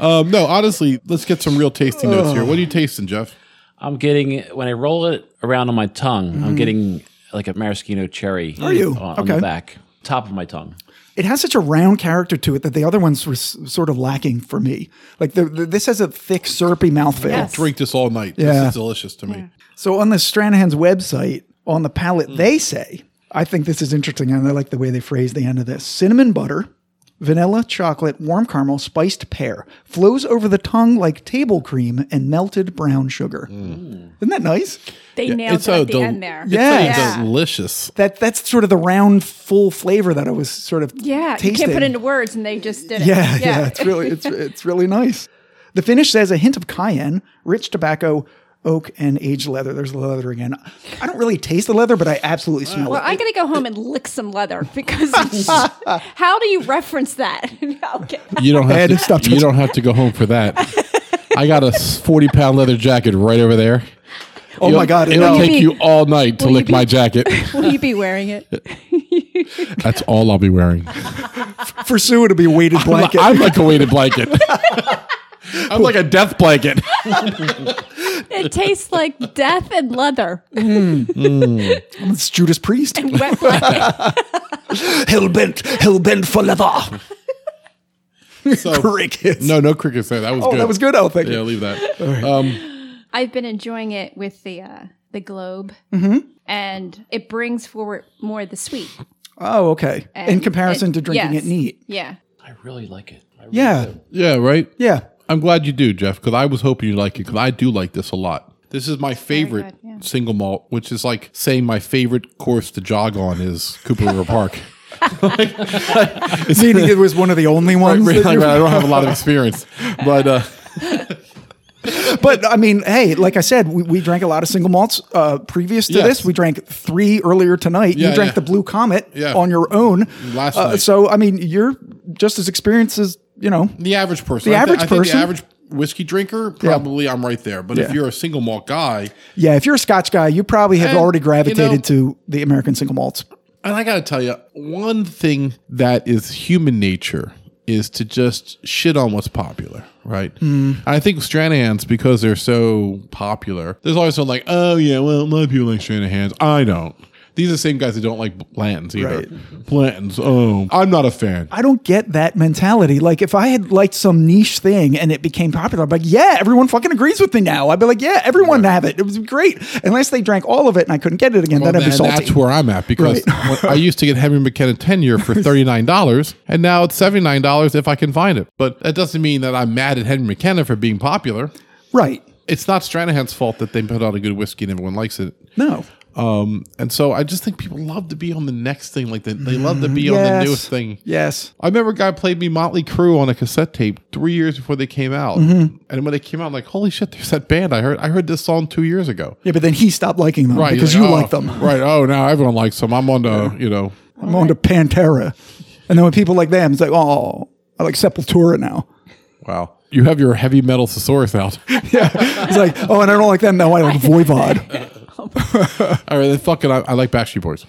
Speaker 2: Um, no, honestly, let's get some real tasting notes here. What are you tasting, Jeff?
Speaker 3: I'm getting when I roll it around on my tongue, I'm getting like a maraschino cherry. Are
Speaker 1: Mm-hmm. you?
Speaker 3: on, on
Speaker 1: Okay.
Speaker 3: the back, top of my tongue?
Speaker 1: It has such a round character to it that the other ones were s- sort of lacking for me. Like the, the, this has a thick, syrupy mouthfeel.
Speaker 4: Yes.
Speaker 2: Drink this all night. This
Speaker 1: Yeah.
Speaker 2: is delicious to me.
Speaker 1: So on the Stranahan's website, on the palette, they say, I think this is interesting, and I like the way they phrase the end of this: cinnamon butter, vanilla, chocolate, warm caramel, spiced pear flows over the tongue like table cream and melted brown sugar. Isn't that nice?
Speaker 4: They nailed
Speaker 2: it's
Speaker 4: it
Speaker 2: a
Speaker 4: at the
Speaker 2: del-
Speaker 4: end there.
Speaker 2: It's
Speaker 1: Yeah.
Speaker 2: a
Speaker 1: Yeah.
Speaker 2: delicious.
Speaker 1: That that's sort of the round, full flavor that I was sort of
Speaker 4: Yeah. You
Speaker 1: tasting.
Speaker 4: can't put it into words and they just did it.
Speaker 1: Yeah, yeah, it's really it's it's really nice. The finish says a hint of cayenne, rich tobacco, oak, and aged leather. There's the leather again. I don't really taste the leather, but I absolutely smell
Speaker 4: Well,
Speaker 1: it.
Speaker 4: I'm gonna go home and lick some leather because how do you reference that? okay.
Speaker 2: You don't have
Speaker 1: Ed,
Speaker 2: to.
Speaker 1: stop
Speaker 2: you don't have to go home for that. I got a forty pound leather jacket right over there.
Speaker 1: oh my god!
Speaker 2: It'll
Speaker 1: no.
Speaker 2: take
Speaker 4: be-
Speaker 2: you all night to
Speaker 4: will you
Speaker 2: lick
Speaker 4: be-
Speaker 2: my jacket.
Speaker 4: Will you be wearing it?
Speaker 2: That's all I'll be wearing.
Speaker 1: for Sue to be a weighted blanket.
Speaker 2: I'm like a weighted blanket. I'm like a death blanket.
Speaker 4: It tastes like death and leather.
Speaker 1: it's Judas Priest.
Speaker 4: Wet blanket.
Speaker 1: hellbent, hellbent for leather.
Speaker 2: So-
Speaker 1: Crickets.
Speaker 2: No, no crickets there. That was
Speaker 1: Oh,
Speaker 2: good.
Speaker 1: that was good. Oh, thank
Speaker 2: Yeah,
Speaker 1: you.
Speaker 2: leave that.
Speaker 4: I've been enjoying it with the uh, the globe,
Speaker 1: Mm-hmm.
Speaker 4: and it brings forward more of the sweet.
Speaker 1: Oh, okay. In
Speaker 4: And
Speaker 1: comparison
Speaker 4: it-
Speaker 1: to drinking
Speaker 4: yes.
Speaker 1: it neat.
Speaker 4: Yeah,
Speaker 3: I really like it. I really
Speaker 1: Yeah.
Speaker 2: Yeah, right.
Speaker 1: Yeah.
Speaker 2: I'm glad you do, Jeff, because I was hoping you'd like it because I do like this a lot. This is my favorite
Speaker 4: good, yeah.
Speaker 2: single malt, which is like saying my favorite course to jog on is Cooper River Park.
Speaker 1: Meaning it was one of the only ones. that
Speaker 2: Really,
Speaker 1: you-
Speaker 2: I don't have a lot of experience, but uh,
Speaker 1: But I mean, hey, like I said, we, we drank a lot of single malts uh, previous to
Speaker 2: Yes.
Speaker 1: this. We drank three earlier tonight.
Speaker 2: Yeah,
Speaker 1: you drank
Speaker 2: yeah.
Speaker 1: the Blue Comet
Speaker 2: Yeah.
Speaker 1: on your own.
Speaker 2: Last
Speaker 1: uh,
Speaker 2: night.
Speaker 1: So, I mean, you're just as experienced as, you know,
Speaker 2: the average person,
Speaker 1: The
Speaker 2: I thi-
Speaker 1: average
Speaker 2: I think
Speaker 1: person?
Speaker 2: the average whiskey drinker, probably I'm right there. But
Speaker 1: Yeah.
Speaker 2: if you're a single malt guy,
Speaker 1: yeah, if you're a Scotch guy, you probably have
Speaker 2: And,
Speaker 1: already
Speaker 2: Eh, you know-
Speaker 1: gravitated to the American single malts.
Speaker 2: And I got to tell you, one thing that is human nature is to just shit on what's popular, right? Mm. I think Stranahan's, because they're so popular, there's always someone like, oh, yeah, well, a lot of people like Stranahan's. I don't. These are the same guys that don't like Blanton's either. Blanton's, oh, I'm not a fan.
Speaker 1: I don't get that mentality. Like, if I had liked some niche thing and it became popular, I'd be like, yeah, everyone fucking agrees with me now. I'd be like, yeah, everyone have it. It was great. Unless they drank all of it and I couldn't get it again,
Speaker 2: Well,
Speaker 1: then I'd be
Speaker 2: then
Speaker 1: salty.
Speaker 2: Oh, that's where I'm at because when I used to get Henry McKenna tenure for thirty nine dollars, and now it's seventy nine dollars if I can find it. But that doesn't mean that I'm mad at Henry McKenna for being popular.
Speaker 1: right.
Speaker 2: it's not Stranahan's fault that they put out a good whiskey and everyone likes it.
Speaker 1: No.
Speaker 2: Um, and so I just think people love to be on the next thing. Like they, they love to be on the
Speaker 1: Mm-hmm. Yes.
Speaker 2: newest thing.
Speaker 1: Yes.
Speaker 2: I remember a guy played me Motley Crue on a cassette tape three years before they came out.
Speaker 1: Mm-hmm.
Speaker 2: And when they came out, I'm like, holy shit, there's that band I heard. I heard this song two years ago.
Speaker 1: Yeah, but then he stopped liking them because
Speaker 2: you're
Speaker 1: you
Speaker 2: oh,
Speaker 1: like them.
Speaker 2: Right. Oh, now everyone likes them. I'm on to, you know.
Speaker 1: I'm on to Pantera. And then when people like them, it's like, oh, I like Sepultura now.
Speaker 2: Wow. You have your heavy metal thesaurus out.
Speaker 1: It's like, oh, and I don't like them now. I like Voivod.
Speaker 2: All right, then fucking, I, I like Backstreet Boys.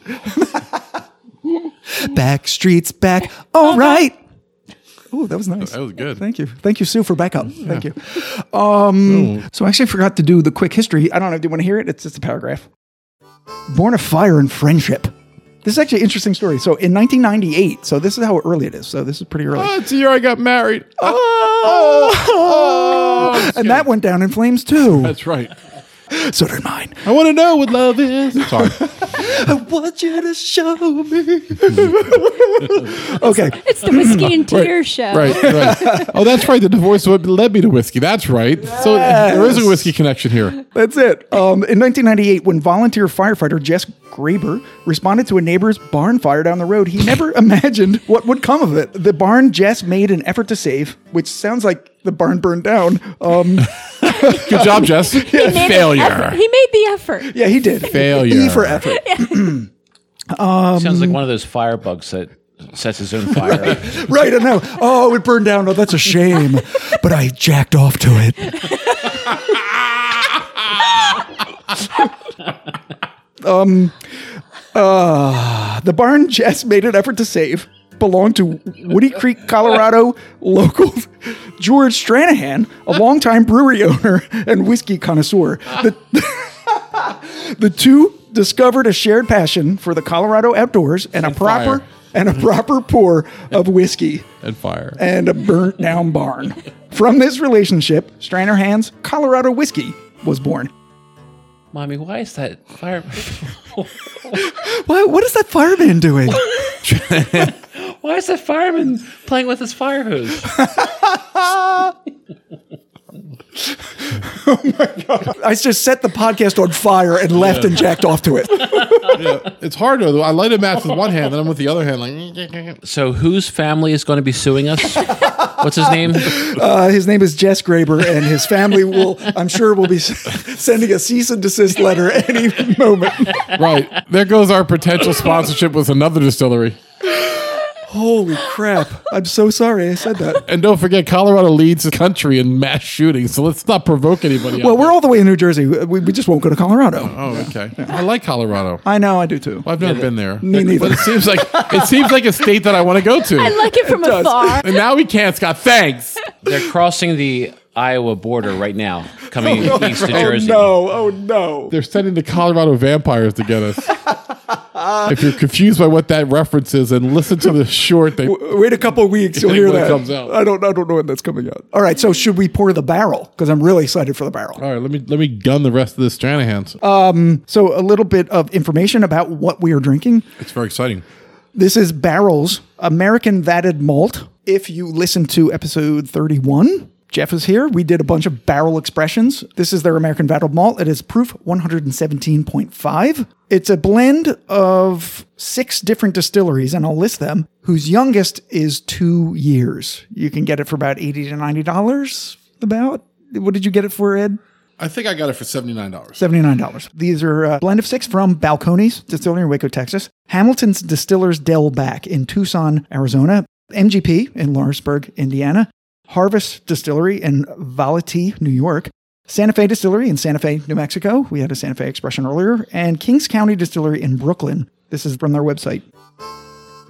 Speaker 1: Back streets back. All right. Ooh, that was nice.
Speaker 2: That was good.
Speaker 1: Thank you. Thank you, Sue, for backup. Thank you. Um, so I actually forgot to do the quick history. I don't know. Do you want to hear it? It's just a paragraph. Born of Fire and Friendship. This is actually an interesting story. So in 1998, so this is how early it is. So this is pretty early.
Speaker 2: Oh, it's the year I got married. Ah,
Speaker 1: Oh! and that went down in flames too.
Speaker 2: That's right.
Speaker 1: So did mine.
Speaker 2: I want to know what love is. Sorry.
Speaker 1: I want you to show me. okay.
Speaker 4: It's the whiskey and tear show.
Speaker 2: Right, right. Oh, that's right. The divorce would- led me to whiskey. That's right. So there is a whiskey connection here.
Speaker 1: That's it. Um, in 1998, when volunteer firefighter Jess Graber responded to a neighbor's barn fire down the road, he never imagined what would come of it. The barn Jess made an effort to save, which sounds like the barn burned down. Um,
Speaker 2: Good job, Jess.
Speaker 5: He made the effort.
Speaker 2: Failure.
Speaker 5: He made the effort.
Speaker 1: yeah, he did.
Speaker 2: Failure.
Speaker 1: E for effort.
Speaker 3: Sounds like one of those firebugs that sets his own fire.
Speaker 1: um, Right, I know. Oh, it burned down. Oh, that's a shame. But I jacked off to it. um, uh, the barn Jess made an effort to save belonged to Woody Creek, Colorado local George Stranahan, a longtime brewery owner and whiskey connoisseur. The, the two discovered a shared passion for the Colorado outdoors and a proper
Speaker 2: fire.
Speaker 1: and a proper pour of whiskey
Speaker 2: And fire.
Speaker 1: and a burnt down barn. From this relationship, Stranahan's Colorado Whiskey was born.
Speaker 3: Mommy, why is that fire?
Speaker 1: What, what is that fireman doing?
Speaker 3: Why is that fireman playing with his fire hose?
Speaker 1: I just set the podcast on fire and left and jacked off to it.
Speaker 2: It's harder though. I light a match with one hand, then I'm with the other hand like.
Speaker 3: So, whose family is going to be suing us? What's his name?
Speaker 1: Uh, his name is Jess Graber, and his family will, I'm sure, will be s- sending a cease and desist letter any moment.
Speaker 2: Right. There goes our potential sponsorship with another distillery.
Speaker 1: Holy crap. I'm so sorry I said that.
Speaker 2: And don't forget, Colorado leads the country in mass shootings, so let's not provoke anybody.
Speaker 1: Well,
Speaker 2: out
Speaker 1: we're all the way in New Jersey. We, we just won't go to Colorado.
Speaker 2: there. Oh, okay. I like Colorado.
Speaker 1: I know, I do too.
Speaker 2: I've never been there.
Speaker 1: Me neither.
Speaker 2: But it seems like it seems like a state that I want to go to.
Speaker 5: I like it from afar.
Speaker 2: and now we can't, Scott. Thanks.
Speaker 3: They're crossing the Iowa border right now, coming east to
Speaker 1: Oh
Speaker 3: Jersey.
Speaker 1: no, oh no.
Speaker 2: They're sending the Colorado vampires to get us. if you're confused by what that reference is, and listen to the short thing.
Speaker 1: Wait a couple of weeks, you'll
Speaker 2: Think
Speaker 1: hear
Speaker 2: when it
Speaker 1: that.
Speaker 2: comes out.
Speaker 1: I don't, I don't know when that's coming out. All right, so should we pour the barrel? Because I'm really excited for the barrel.
Speaker 2: All right, let me let me gun the rest of this Stranahan's.
Speaker 1: So a little bit of information about what we are drinking.
Speaker 2: it's very exciting.
Speaker 1: This is Barrels American Vatted Malt. If you listen to episode 31. Jeff is here. We did a bunch of barrel expressions. This is their American Vatted Malt. It is proof 117.5. It's a blend of six different distilleries, and I'll list them, whose youngest is two years. You can get it for about 80 to $90, about. What did you get it for, Ed?
Speaker 2: I think I got it for seventy nine dollars.
Speaker 1: $79. These are a blend of six from Balcones Distillery in Waco, Texas, Hamilton's Distillers Del Back in Tucson, Arizona, MGP in Lawrenceburg, Indiana, Harvest Distillery in Valletie, New York, Santa Fe Distillery in Santa Fe, New Mexico. We had a Santa Fe expression earlier, and Kings County Distillery in Brooklyn. This is from their website.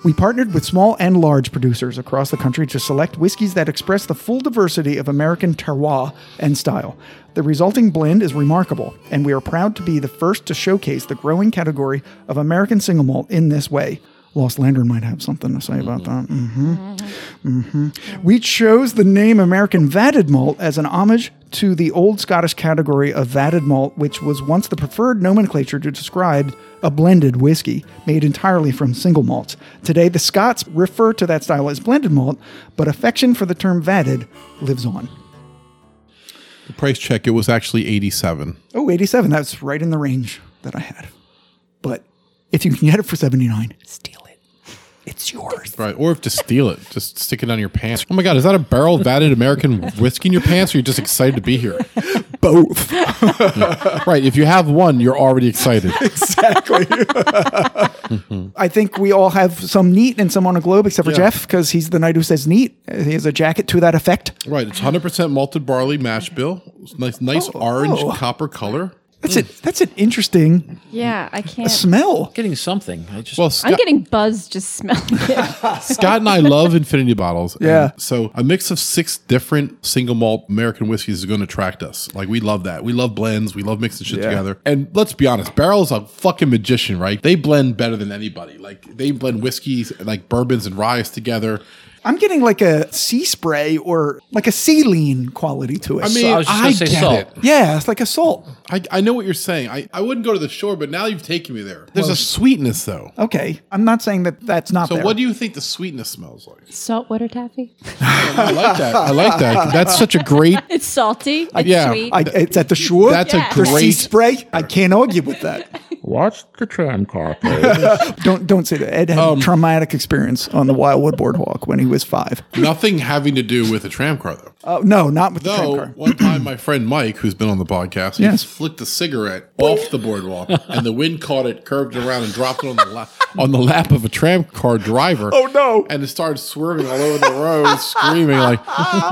Speaker 1: We partnered with small and large producers across the country to select whiskeys that express the full diversity of American terroir and style. The resulting blend is remarkable, and we are proud to be the first to showcase the growing category of American single malt in this way. Lost Lantern might have something to say about that. hmm we chose the name American Vatted Malt as an homage to the old Scottish category of vatted malt, which was once the preferred nomenclature to describe a blended whiskey made entirely from single malts. Today, the Scots refer to that style as blended malt, but affection for the term vatted lives on.
Speaker 2: The price check it was actually eighty seven.
Speaker 1: Oh, 87. That's right in the range that I had. But if you can get it for 79, steal it. It's yours.
Speaker 2: Right, or if to steal it, just stick it on your pants. Oh my God, is that a barrel of vatted American whiskey in your pants, or you're just excited to be here?
Speaker 1: Both.
Speaker 2: Right, if you have one, you're already excited.
Speaker 1: exactly. I think we all have some neat and some on a globe, except for
Speaker 2: Yeah.
Speaker 1: Jeff, because he's the knight who says neat. He has a jacket to that effect.
Speaker 2: Right, it's 100% malted barley mash bill. It's nice, nice orange copper color.
Speaker 1: That's it. That's an interesting
Speaker 4: Yeah, I can't.
Speaker 1: smell.
Speaker 3: Getting something. I just
Speaker 2: Well,
Speaker 4: I'm
Speaker 2: Scott,
Speaker 4: getting buzzed just smelling it.
Speaker 2: Scott and I love infinity bottles. and
Speaker 1: Yeah.
Speaker 2: so a mix of six different single malt American whiskeys is going to attract us. Like we love that. We love blends. We love mixing shit
Speaker 1: Yeah.
Speaker 2: together. And let's be honest, Barrel's a fucking magician, right? They blend better than anybody. Like they blend whiskeys, like bourbons and ryes together.
Speaker 1: I'm getting like a sea spray or like a saline quality to it.
Speaker 2: I mean,
Speaker 3: I
Speaker 2: I,
Speaker 3: was just gonna say
Speaker 2: get
Speaker 3: salt.
Speaker 2: it.
Speaker 1: yeah, it's like a salt.
Speaker 2: I, I know what you're saying. I, I wouldn't go to the shore, but now you've taken me there. There's a sweetness though.
Speaker 1: Okay, I'm not saying that that's not
Speaker 2: So
Speaker 1: there.
Speaker 2: what do you think the sweetness smells like?
Speaker 5: Saltwater taffy.
Speaker 2: I like that. I like that. That's such a great.
Speaker 5: It's salty. It's
Speaker 2: Uh, yeah.
Speaker 5: sweet.
Speaker 1: I, it's at the shore.
Speaker 2: That's
Speaker 5: Yeah.
Speaker 2: a
Speaker 1: For sea
Speaker 2: great.
Speaker 1: spray. I can't argue with that.
Speaker 6: Watch the tram car, please.
Speaker 1: Don't don't say that. Ed had
Speaker 2: Um,
Speaker 1: a traumatic experience on the Wildwood Boardwalk when he was five.
Speaker 2: Nothing having to do with a tram car though.
Speaker 1: Oh no, not with the tram
Speaker 2: Though
Speaker 1: car.
Speaker 2: one time, my friend Mike, who's been on the podcast, he
Speaker 1: Yes.
Speaker 2: flicked a cigarette off the boardwalk, and the wind caught it, curved it around, and dropped it on the lap on the lap of a tram car driver.
Speaker 1: Oh, no.
Speaker 2: And it started swerving all over the road, screaming like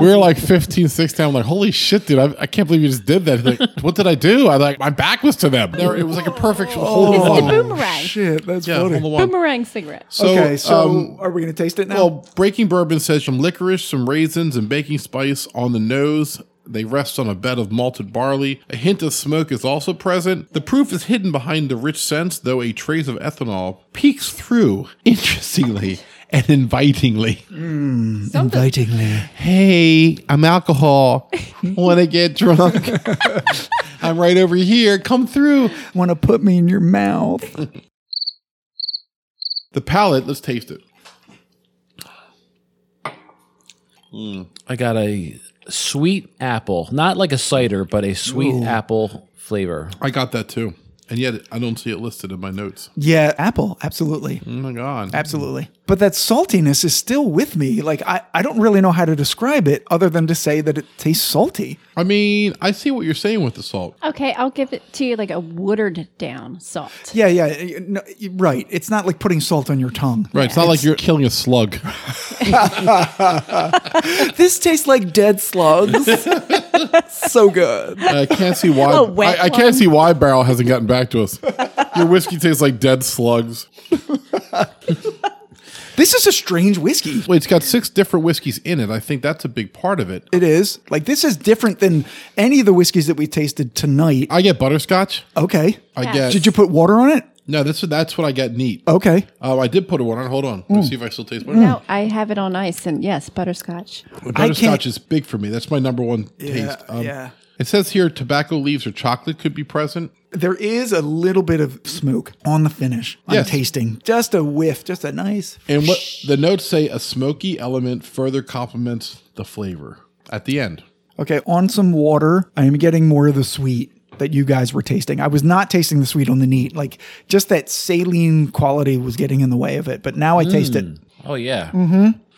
Speaker 2: we were like 15, 16. I'm like, holy shit, dude! I, I can't believe you just did that. He's like, what did I do? I like my back was to them. There- it was like a perfect
Speaker 1: Oh.
Speaker 2: hole in
Speaker 4: It's a
Speaker 2: one.
Speaker 4: boomerang.
Speaker 1: Shit, that's
Speaker 2: Yeah, hole
Speaker 1: funny.
Speaker 2: in one.
Speaker 4: Boomerang cigarette.
Speaker 2: So,
Speaker 1: okay, so
Speaker 2: um,
Speaker 1: are we going to taste it now?
Speaker 2: Well, Breaking Bourbon says some licorice, some raisins, and baking spice on the nose. They rest on a bed of malted barley. A hint of smoke is also present. The proof is hidden behind the rich scents, though a trace of ethanol peeks through, interestingly and invitingly. Mm,
Speaker 1: invitingly.
Speaker 2: Hey, I'm alcohol. Want to get drunk? I'm right over here. Come through.
Speaker 1: Want to put me in your mouth?
Speaker 2: The palate, let's taste it.
Speaker 3: I got a sweet apple, not like a cider, but a sweet apple flavor.
Speaker 2: I got that too. And yet, I don't see it listed in my notes.
Speaker 1: yeah, apple, absolutely.
Speaker 2: Oh my God.
Speaker 1: Absolutely. But that saltiness is still with me. Like, I, I don't really know how to describe it other than to say that it tastes salty.
Speaker 2: I mean, I see what you're saying with the salt.
Speaker 4: Okay, I'll give it to you like a watered down salt.
Speaker 1: Yeah, yeah. y- no, y- right. It's not like putting salt on your tongue.
Speaker 2: Right, it's not like you're killing a slug.
Speaker 1: This tastes like dead slugs. so good.
Speaker 2: I can't see why.
Speaker 5: A wet
Speaker 2: I, I
Speaker 5: one.
Speaker 2: can't see why Barrel hasn't gotten back to us. Your whiskey tastes like dead slugs.
Speaker 1: This is a strange whiskey.
Speaker 2: Wait, it's got six different whiskeys in it. I think that's a big part of it.
Speaker 1: It is. Like, this is different than any of the whiskeys that we tasted tonight.
Speaker 2: I get butterscotch.
Speaker 1: Okay.
Speaker 2: I get.
Speaker 1: Did you put water on it?
Speaker 2: No, that's that's what I get neat. Oh,
Speaker 1: Okay.
Speaker 2: I did put one on. Hold on, let me see if I still taste Mm. butter.
Speaker 4: No, I have it on ice, and yes, butterscotch.
Speaker 2: Butterscotch is big for me. That's my number one taste. Um,
Speaker 1: yeah.
Speaker 2: It says here tobacco leaves or chocolate could be present.
Speaker 1: There is a little bit of smoke on the finish. I'm
Speaker 2: Yes.
Speaker 1: tasting just a whiff, just a nice.
Speaker 2: And what the notes say a smoky element further complements the flavor at the end.
Speaker 1: Okay, on some water, I am getting more of the sweet that you guys were tasting. I was not tasting the sweet on the neat. Like just that saline quality was getting in the way of it, but now I
Speaker 2: Mm.
Speaker 1: taste it.
Speaker 3: Oh yeah,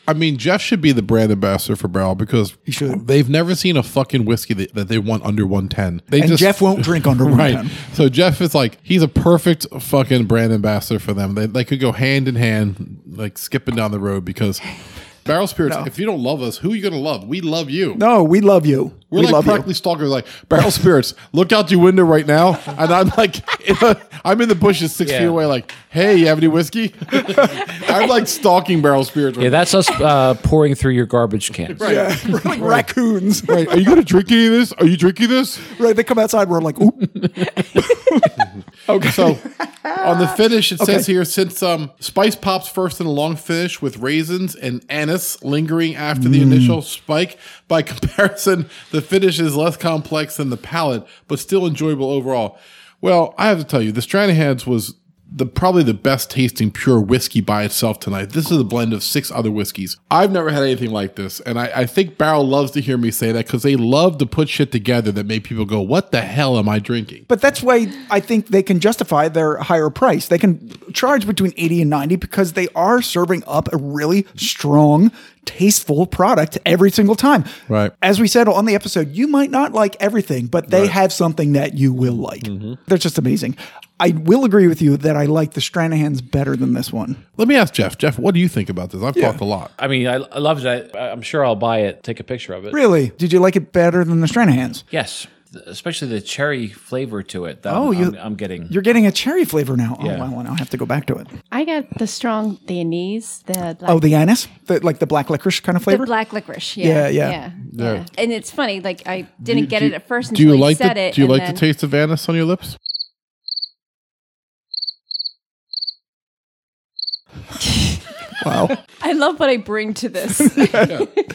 Speaker 2: I mean, Jeff should be the brand ambassador for Barrel because
Speaker 1: should.
Speaker 2: they've never seen a fucking whiskey that, that they want under 110. They
Speaker 1: And
Speaker 2: just,
Speaker 1: Jeff won't drink under one
Speaker 2: Right.
Speaker 1: time.
Speaker 2: So Jeff is like, he's a perfect fucking brand ambassador for them. They, they could go hand in hand, like skipping down the road because Barrel Spirits, if you don't love us, who are you going to love? We love you.
Speaker 1: No, we love you.
Speaker 2: We're
Speaker 1: we
Speaker 2: like
Speaker 1: love you.
Speaker 2: practically stalkers, like barrel spirits. Look out your window right now, and I'm like, in a, I'm in the bushes six
Speaker 3: Yeah.
Speaker 2: feet away. Like, hey, you have any whiskey? I'm like stalking barrel spirits. right
Speaker 3: yeah. That's us uh, pouring through your garbage cans.
Speaker 1: Yeah, we're like raccoons.
Speaker 2: Right. Are you going to drink any of this? Are you drinking this?
Speaker 1: Right, they come outside, we're like, oop.
Speaker 2: Okay. So on the finish, it says here since um, spice pops first in a long finish with raisins and anise lingering after the initial spike. By comparison, the finish is less complex than the palate, but still enjoyable overall. Well, I have to tell you, the Stranahan's was the probably the best tasting pure whiskey by itself tonight. This is a blend of six other whiskeys. I've never had anything like this, and I, I think Barrel loves to hear me say that because they love to put shit together that make people go, "What the hell am I drinking?"
Speaker 1: But that's why I think they can justify their higher price. They can charge between 80 and 90 because they are serving up a really strong, tasteful product every single time.
Speaker 2: Right.
Speaker 1: As we said on the episode, you might not like everything, but they have something that you will like. They're just amazing. I will agree with you that I like the Stranahan's better than this one.
Speaker 2: Let me ask Jeff. Jeff, what do you think about this? I've talked a lot.
Speaker 3: I mean, I, I loved it. I, I'm sure I'll buy it, take a picture of it.
Speaker 1: Really? Did you like it better than the Stranahan's?
Speaker 3: Yes, especially the cherry flavor to it that
Speaker 1: Oh,
Speaker 3: I'm,
Speaker 1: you-
Speaker 3: I'm, I'm getting.
Speaker 1: You're getting a cherry flavor now.
Speaker 3: Yeah.
Speaker 1: Oh, wow. Now I have to go back to it.
Speaker 4: I got the strong, the anise, the black,
Speaker 1: Oh, the anise? The, like the black licorice kind of
Speaker 4: the
Speaker 1: flavor?
Speaker 4: black licorice.
Speaker 1: Yeah,
Speaker 4: Yeah,
Speaker 1: yeah.
Speaker 4: yeah. And it's funny. Like I didn't get
Speaker 2: do-
Speaker 4: it at first
Speaker 2: Do
Speaker 4: until
Speaker 2: you
Speaker 4: he
Speaker 2: like
Speaker 4: said
Speaker 2: the,
Speaker 4: it.
Speaker 2: Do you
Speaker 4: and
Speaker 2: like
Speaker 4: then-
Speaker 2: the taste of anise on your lips?
Speaker 1: wow.
Speaker 4: I love what I bring to this.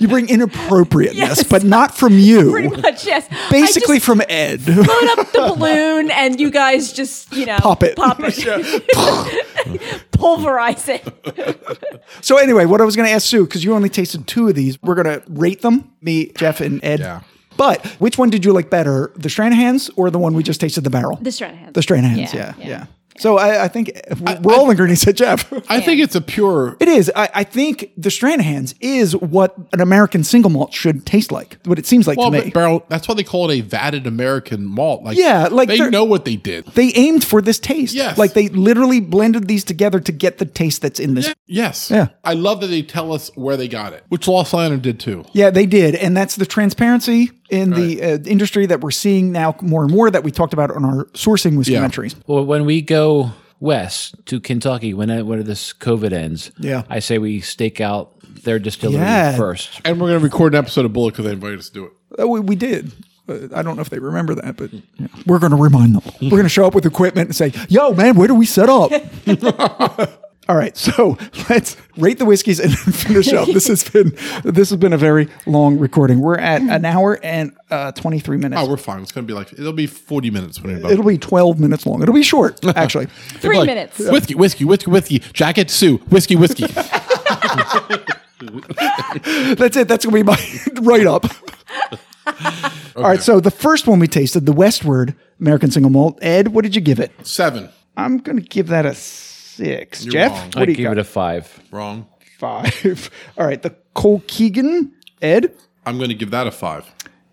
Speaker 1: You bring inappropriateness, but not from you.
Speaker 4: Pretty much, yes. I
Speaker 1: Basically
Speaker 4: just
Speaker 1: from Ed.
Speaker 4: Blown up the balloon, and you guys just, you know,
Speaker 1: Pop it.
Speaker 4: pop it, pulverize it.
Speaker 1: so anyway, what I was going to ask Sue because you only tasted two of these, we're going to rate them. Me, Jeff, and Ed.
Speaker 2: Yeah.
Speaker 1: But which one did you like better, the Stranahan's or the one we just tasted the barrel?
Speaker 4: The Stranahan's.
Speaker 1: The Stranahan's, yeah,
Speaker 4: Yeah,
Speaker 1: yeah.
Speaker 4: yeah.
Speaker 1: So I, I think uh, we're all in agreement, said Jeff.
Speaker 2: I think it's a pure.
Speaker 1: It is. I, I think the Stranahan's is what an American single malt should taste like. What it seems like
Speaker 2: Well,
Speaker 1: to me.
Speaker 2: but barrel. That's why they call it a vatted American malt. Like
Speaker 1: Yeah, like
Speaker 2: they
Speaker 1: they're-
Speaker 2: know what they did.
Speaker 1: they aimed for this taste.
Speaker 2: Yes.
Speaker 1: Like they literally blended these together to get the taste that's in this. Yeah,
Speaker 2: Yes.
Speaker 1: Yeah.
Speaker 2: I love that they tell us where they got it, which Lost Lantern did too.
Speaker 1: they did. And that's the transparency in the uh, industry that we're seeing now more and more that we talked about on our sourcing with
Speaker 2: Yeah.
Speaker 1: commentaries.
Speaker 3: Well, when we go west to Kentucky, when when this COVID ends,
Speaker 1: Yeah.
Speaker 3: I say we stake out their distillery
Speaker 1: Yeah.
Speaker 3: first.
Speaker 2: And we're going to record an episode of Bullet because they invited us to do it.
Speaker 1: Uh, we, we did. Uh, I don't know if they remember that, but yeah. we're going to remind them. We're going to show up with equipment and say, yo, man, where do we set up? All right, so let's rate the whiskeys and finish up. This has been this has been a very long recording. We're at an hour and uh, twenty three minutes.
Speaker 2: Oh, we're fine. It's going to be like, it'll be 40 minutes when you're done.
Speaker 1: It'll be 12 minutes long. It'll be short, actually.
Speaker 4: Three
Speaker 2: Like,
Speaker 4: minutes.
Speaker 2: Whiskey, whiskey, whiskey, whiskey. Jacket, Sue. Whiskey, whiskey.
Speaker 1: That's it. That's going to be my write up. All right. So the first one we tasted, the Westward American Single Malt. Ed, what did you give it?
Speaker 2: Seven.
Speaker 1: I'm going to give that a 6 Jeff,
Speaker 2: wrong.
Speaker 1: what
Speaker 3: I
Speaker 1: do you
Speaker 3: give
Speaker 1: got?
Speaker 3: it a five.
Speaker 2: Wrong.
Speaker 1: five. All right. The Cole Keegan. Ed,
Speaker 2: I'm going to give that a five.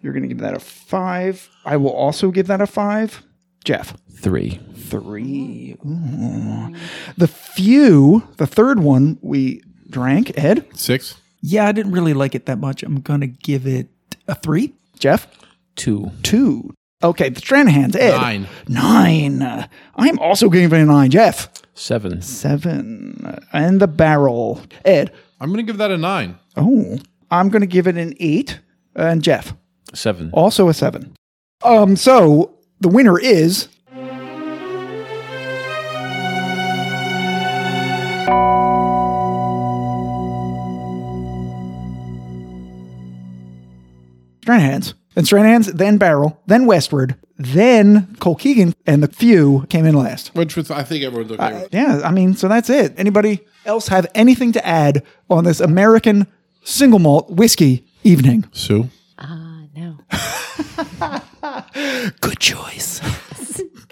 Speaker 1: you're going to give that a five. I will also give that a five. Jeff,
Speaker 3: Three.
Speaker 1: three. Ooh. The few, the third one we drank. Ed,
Speaker 2: Six.
Speaker 1: Yeah, I didn't really like it that much. I'm gonna give it a three. Jeff,
Speaker 3: Two.
Speaker 1: two. Okay, the Stranahan's Ed
Speaker 2: Nine.
Speaker 1: Nine. Uh, I'm also giving it a nine. Jeff
Speaker 3: Seven.
Speaker 1: seven. Uh, And the barrel Ed.
Speaker 2: I'm going to give that a nine.
Speaker 1: Oh, I'm gonna give it an eight. And Jeff
Speaker 3: Seven.
Speaker 1: also a seven. Um, so the winner is Stranahan's. And Stranahan's, then Barrel, then Westward, then Cole Keegan, and the few came in last.
Speaker 2: Which was, I think everyone's okay with.
Speaker 1: Yeah, I mean, so that's it. Anybody else have anything to add on this American single malt whiskey evening?
Speaker 2: Sue?
Speaker 5: Ah, no.
Speaker 1: Good choice.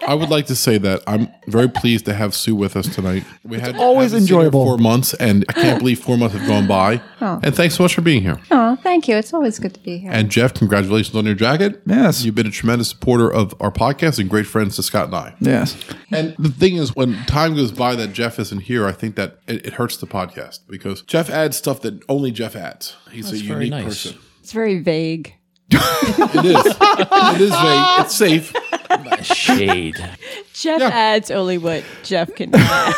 Speaker 2: I would like to say that I'm very pleased to have Sue with us tonight. We had
Speaker 1: always
Speaker 2: haven't seen her
Speaker 1: enjoyable.
Speaker 2: Four months, and I can't believe four months have gone by. And thanks so much for being here.
Speaker 4: Oh, thank you. It's always good to be here.
Speaker 2: And Jeff, congratulations on your jacket.
Speaker 1: Yes.
Speaker 2: You've been a tremendous supporter of our podcast and great friends to Scott and I.
Speaker 1: Yes.
Speaker 2: And the thing is, when time goes by that Jeff isn't here, I think that it, it hurts the podcast because Jeff adds stuff that only Jeff adds. He's a
Speaker 3: very
Speaker 2: unique
Speaker 3: nice.
Speaker 2: person.
Speaker 4: It's very vague.
Speaker 2: It is. it is vague. It's safe.
Speaker 1: Oh.
Speaker 3: Shade.
Speaker 5: Jeff adds only what Jeff can add.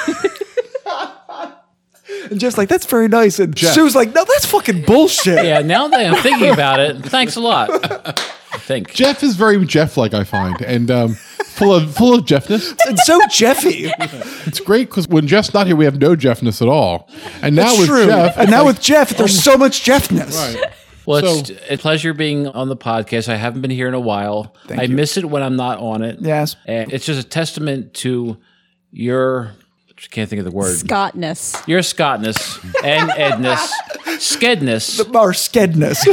Speaker 1: And Jeff's like, that's very nice. And Sue's like, no, that's fucking bullshit.
Speaker 3: yeah. Now that I'm thinking about it, thanks a lot. I think.
Speaker 2: Jeff is very Jeff-like, I find, and um, full of full of Jeffness.
Speaker 1: It's so Jeffy.
Speaker 2: It's great because when Jeff's not here, we have no Jeffness at all. And now
Speaker 1: That's
Speaker 2: with
Speaker 1: true.
Speaker 2: Jeff,
Speaker 1: and now with Jeff, there's so much Jeffness.
Speaker 3: Well, it's
Speaker 2: So-
Speaker 3: a pleasure being on the podcast. I haven't been here in a while. I miss it when I'm not on it.
Speaker 1: Yes.
Speaker 3: And it's just a testament to your I can't think of the word.
Speaker 5: Scottness.
Speaker 3: your Scottness and Edness, Skedness.
Speaker 1: Our skedness.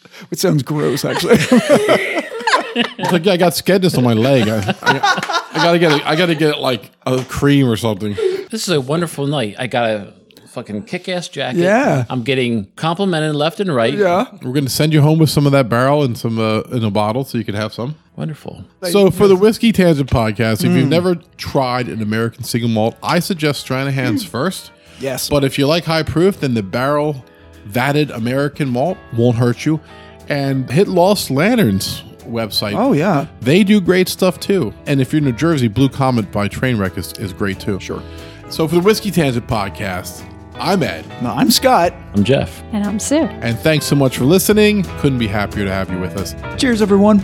Speaker 1: Which sounds gross, actually.
Speaker 2: It's like yeah, I got skedness on my leg. I, I, I gotta get it. I gotta get like a cream or something.
Speaker 3: This is a wonderful night. I got a fucking kick-ass jacket.
Speaker 1: Yeah.
Speaker 3: I'm getting complimented left and right.
Speaker 1: yeah.
Speaker 2: We're gonna send you home with some of that barrel and some uh, in a bottle, so you can have some.
Speaker 3: Wonderful.
Speaker 2: So for the whiskey tangent podcast,
Speaker 1: Hmm.
Speaker 2: if you've never tried an American single malt, I suggest Stranahan's first.
Speaker 1: Yes.
Speaker 2: But if you like high proof, then the barrel vatted American malt won't hurt you. And hit Lost Lanterns website.
Speaker 1: Oh, yeah.
Speaker 2: They do great stuff too. And if you're in New Jersey, Blue Comet by Trainwreck is, is great too. Sure. So for the Whiskey Tangent podcast, I'm Ed.
Speaker 1: No, I'm Scott.
Speaker 3: I'm Jeff.
Speaker 4: And I'm Sue.
Speaker 2: And thanks so much for listening. Couldn't be happier to have you with us.
Speaker 1: Cheers, everyone.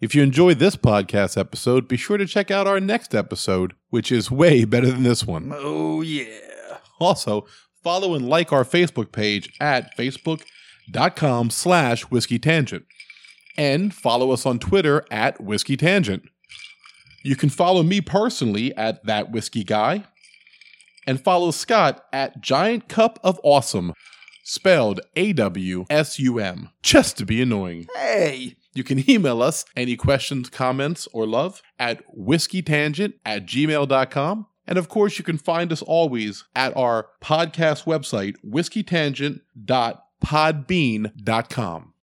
Speaker 2: If you enjoyed this podcast episode, be sure to check out our next episode, which is way better than this one. Oh, yeah. Also, follow and like our Facebook page at facebook.com slash whiskey tangent. And follow us on Twitter at whiskey tangent. You can follow me personally at that whiskey guy. And follow Scott at Giant Cup of Awesome, spelled A W S U M, just to be annoying. You can email us any questions, comments, or love at whiskeytangent at gmail.com. And of course, you can find us always at our podcast website, whiskeytangent.podbean.com.